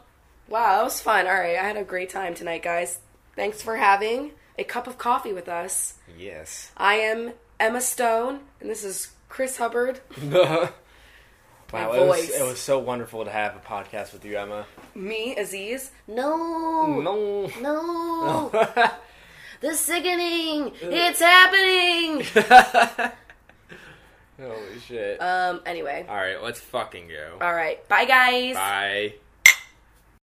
S2: wow, that was fun. All right, I had a great time tonight, guys. Thanks for having a cup of coffee with us.
S1: yes.
S2: I am Emma Stone, and this is Chris Hubbard.
S1: (laughs) wow, it was,
S2: voice.
S1: it was so wonderful to have a podcast with you, Emma.
S2: Me, Aziz.
S1: Mm.
S2: No,
S1: No. (laughs)
S2: no, the sickening. It's happening.
S1: Holy shit.
S2: um. Anyway,
S6: All right, let's fucking go.
S2: uh, all Um, right. Bye, guys.
S6: Bye.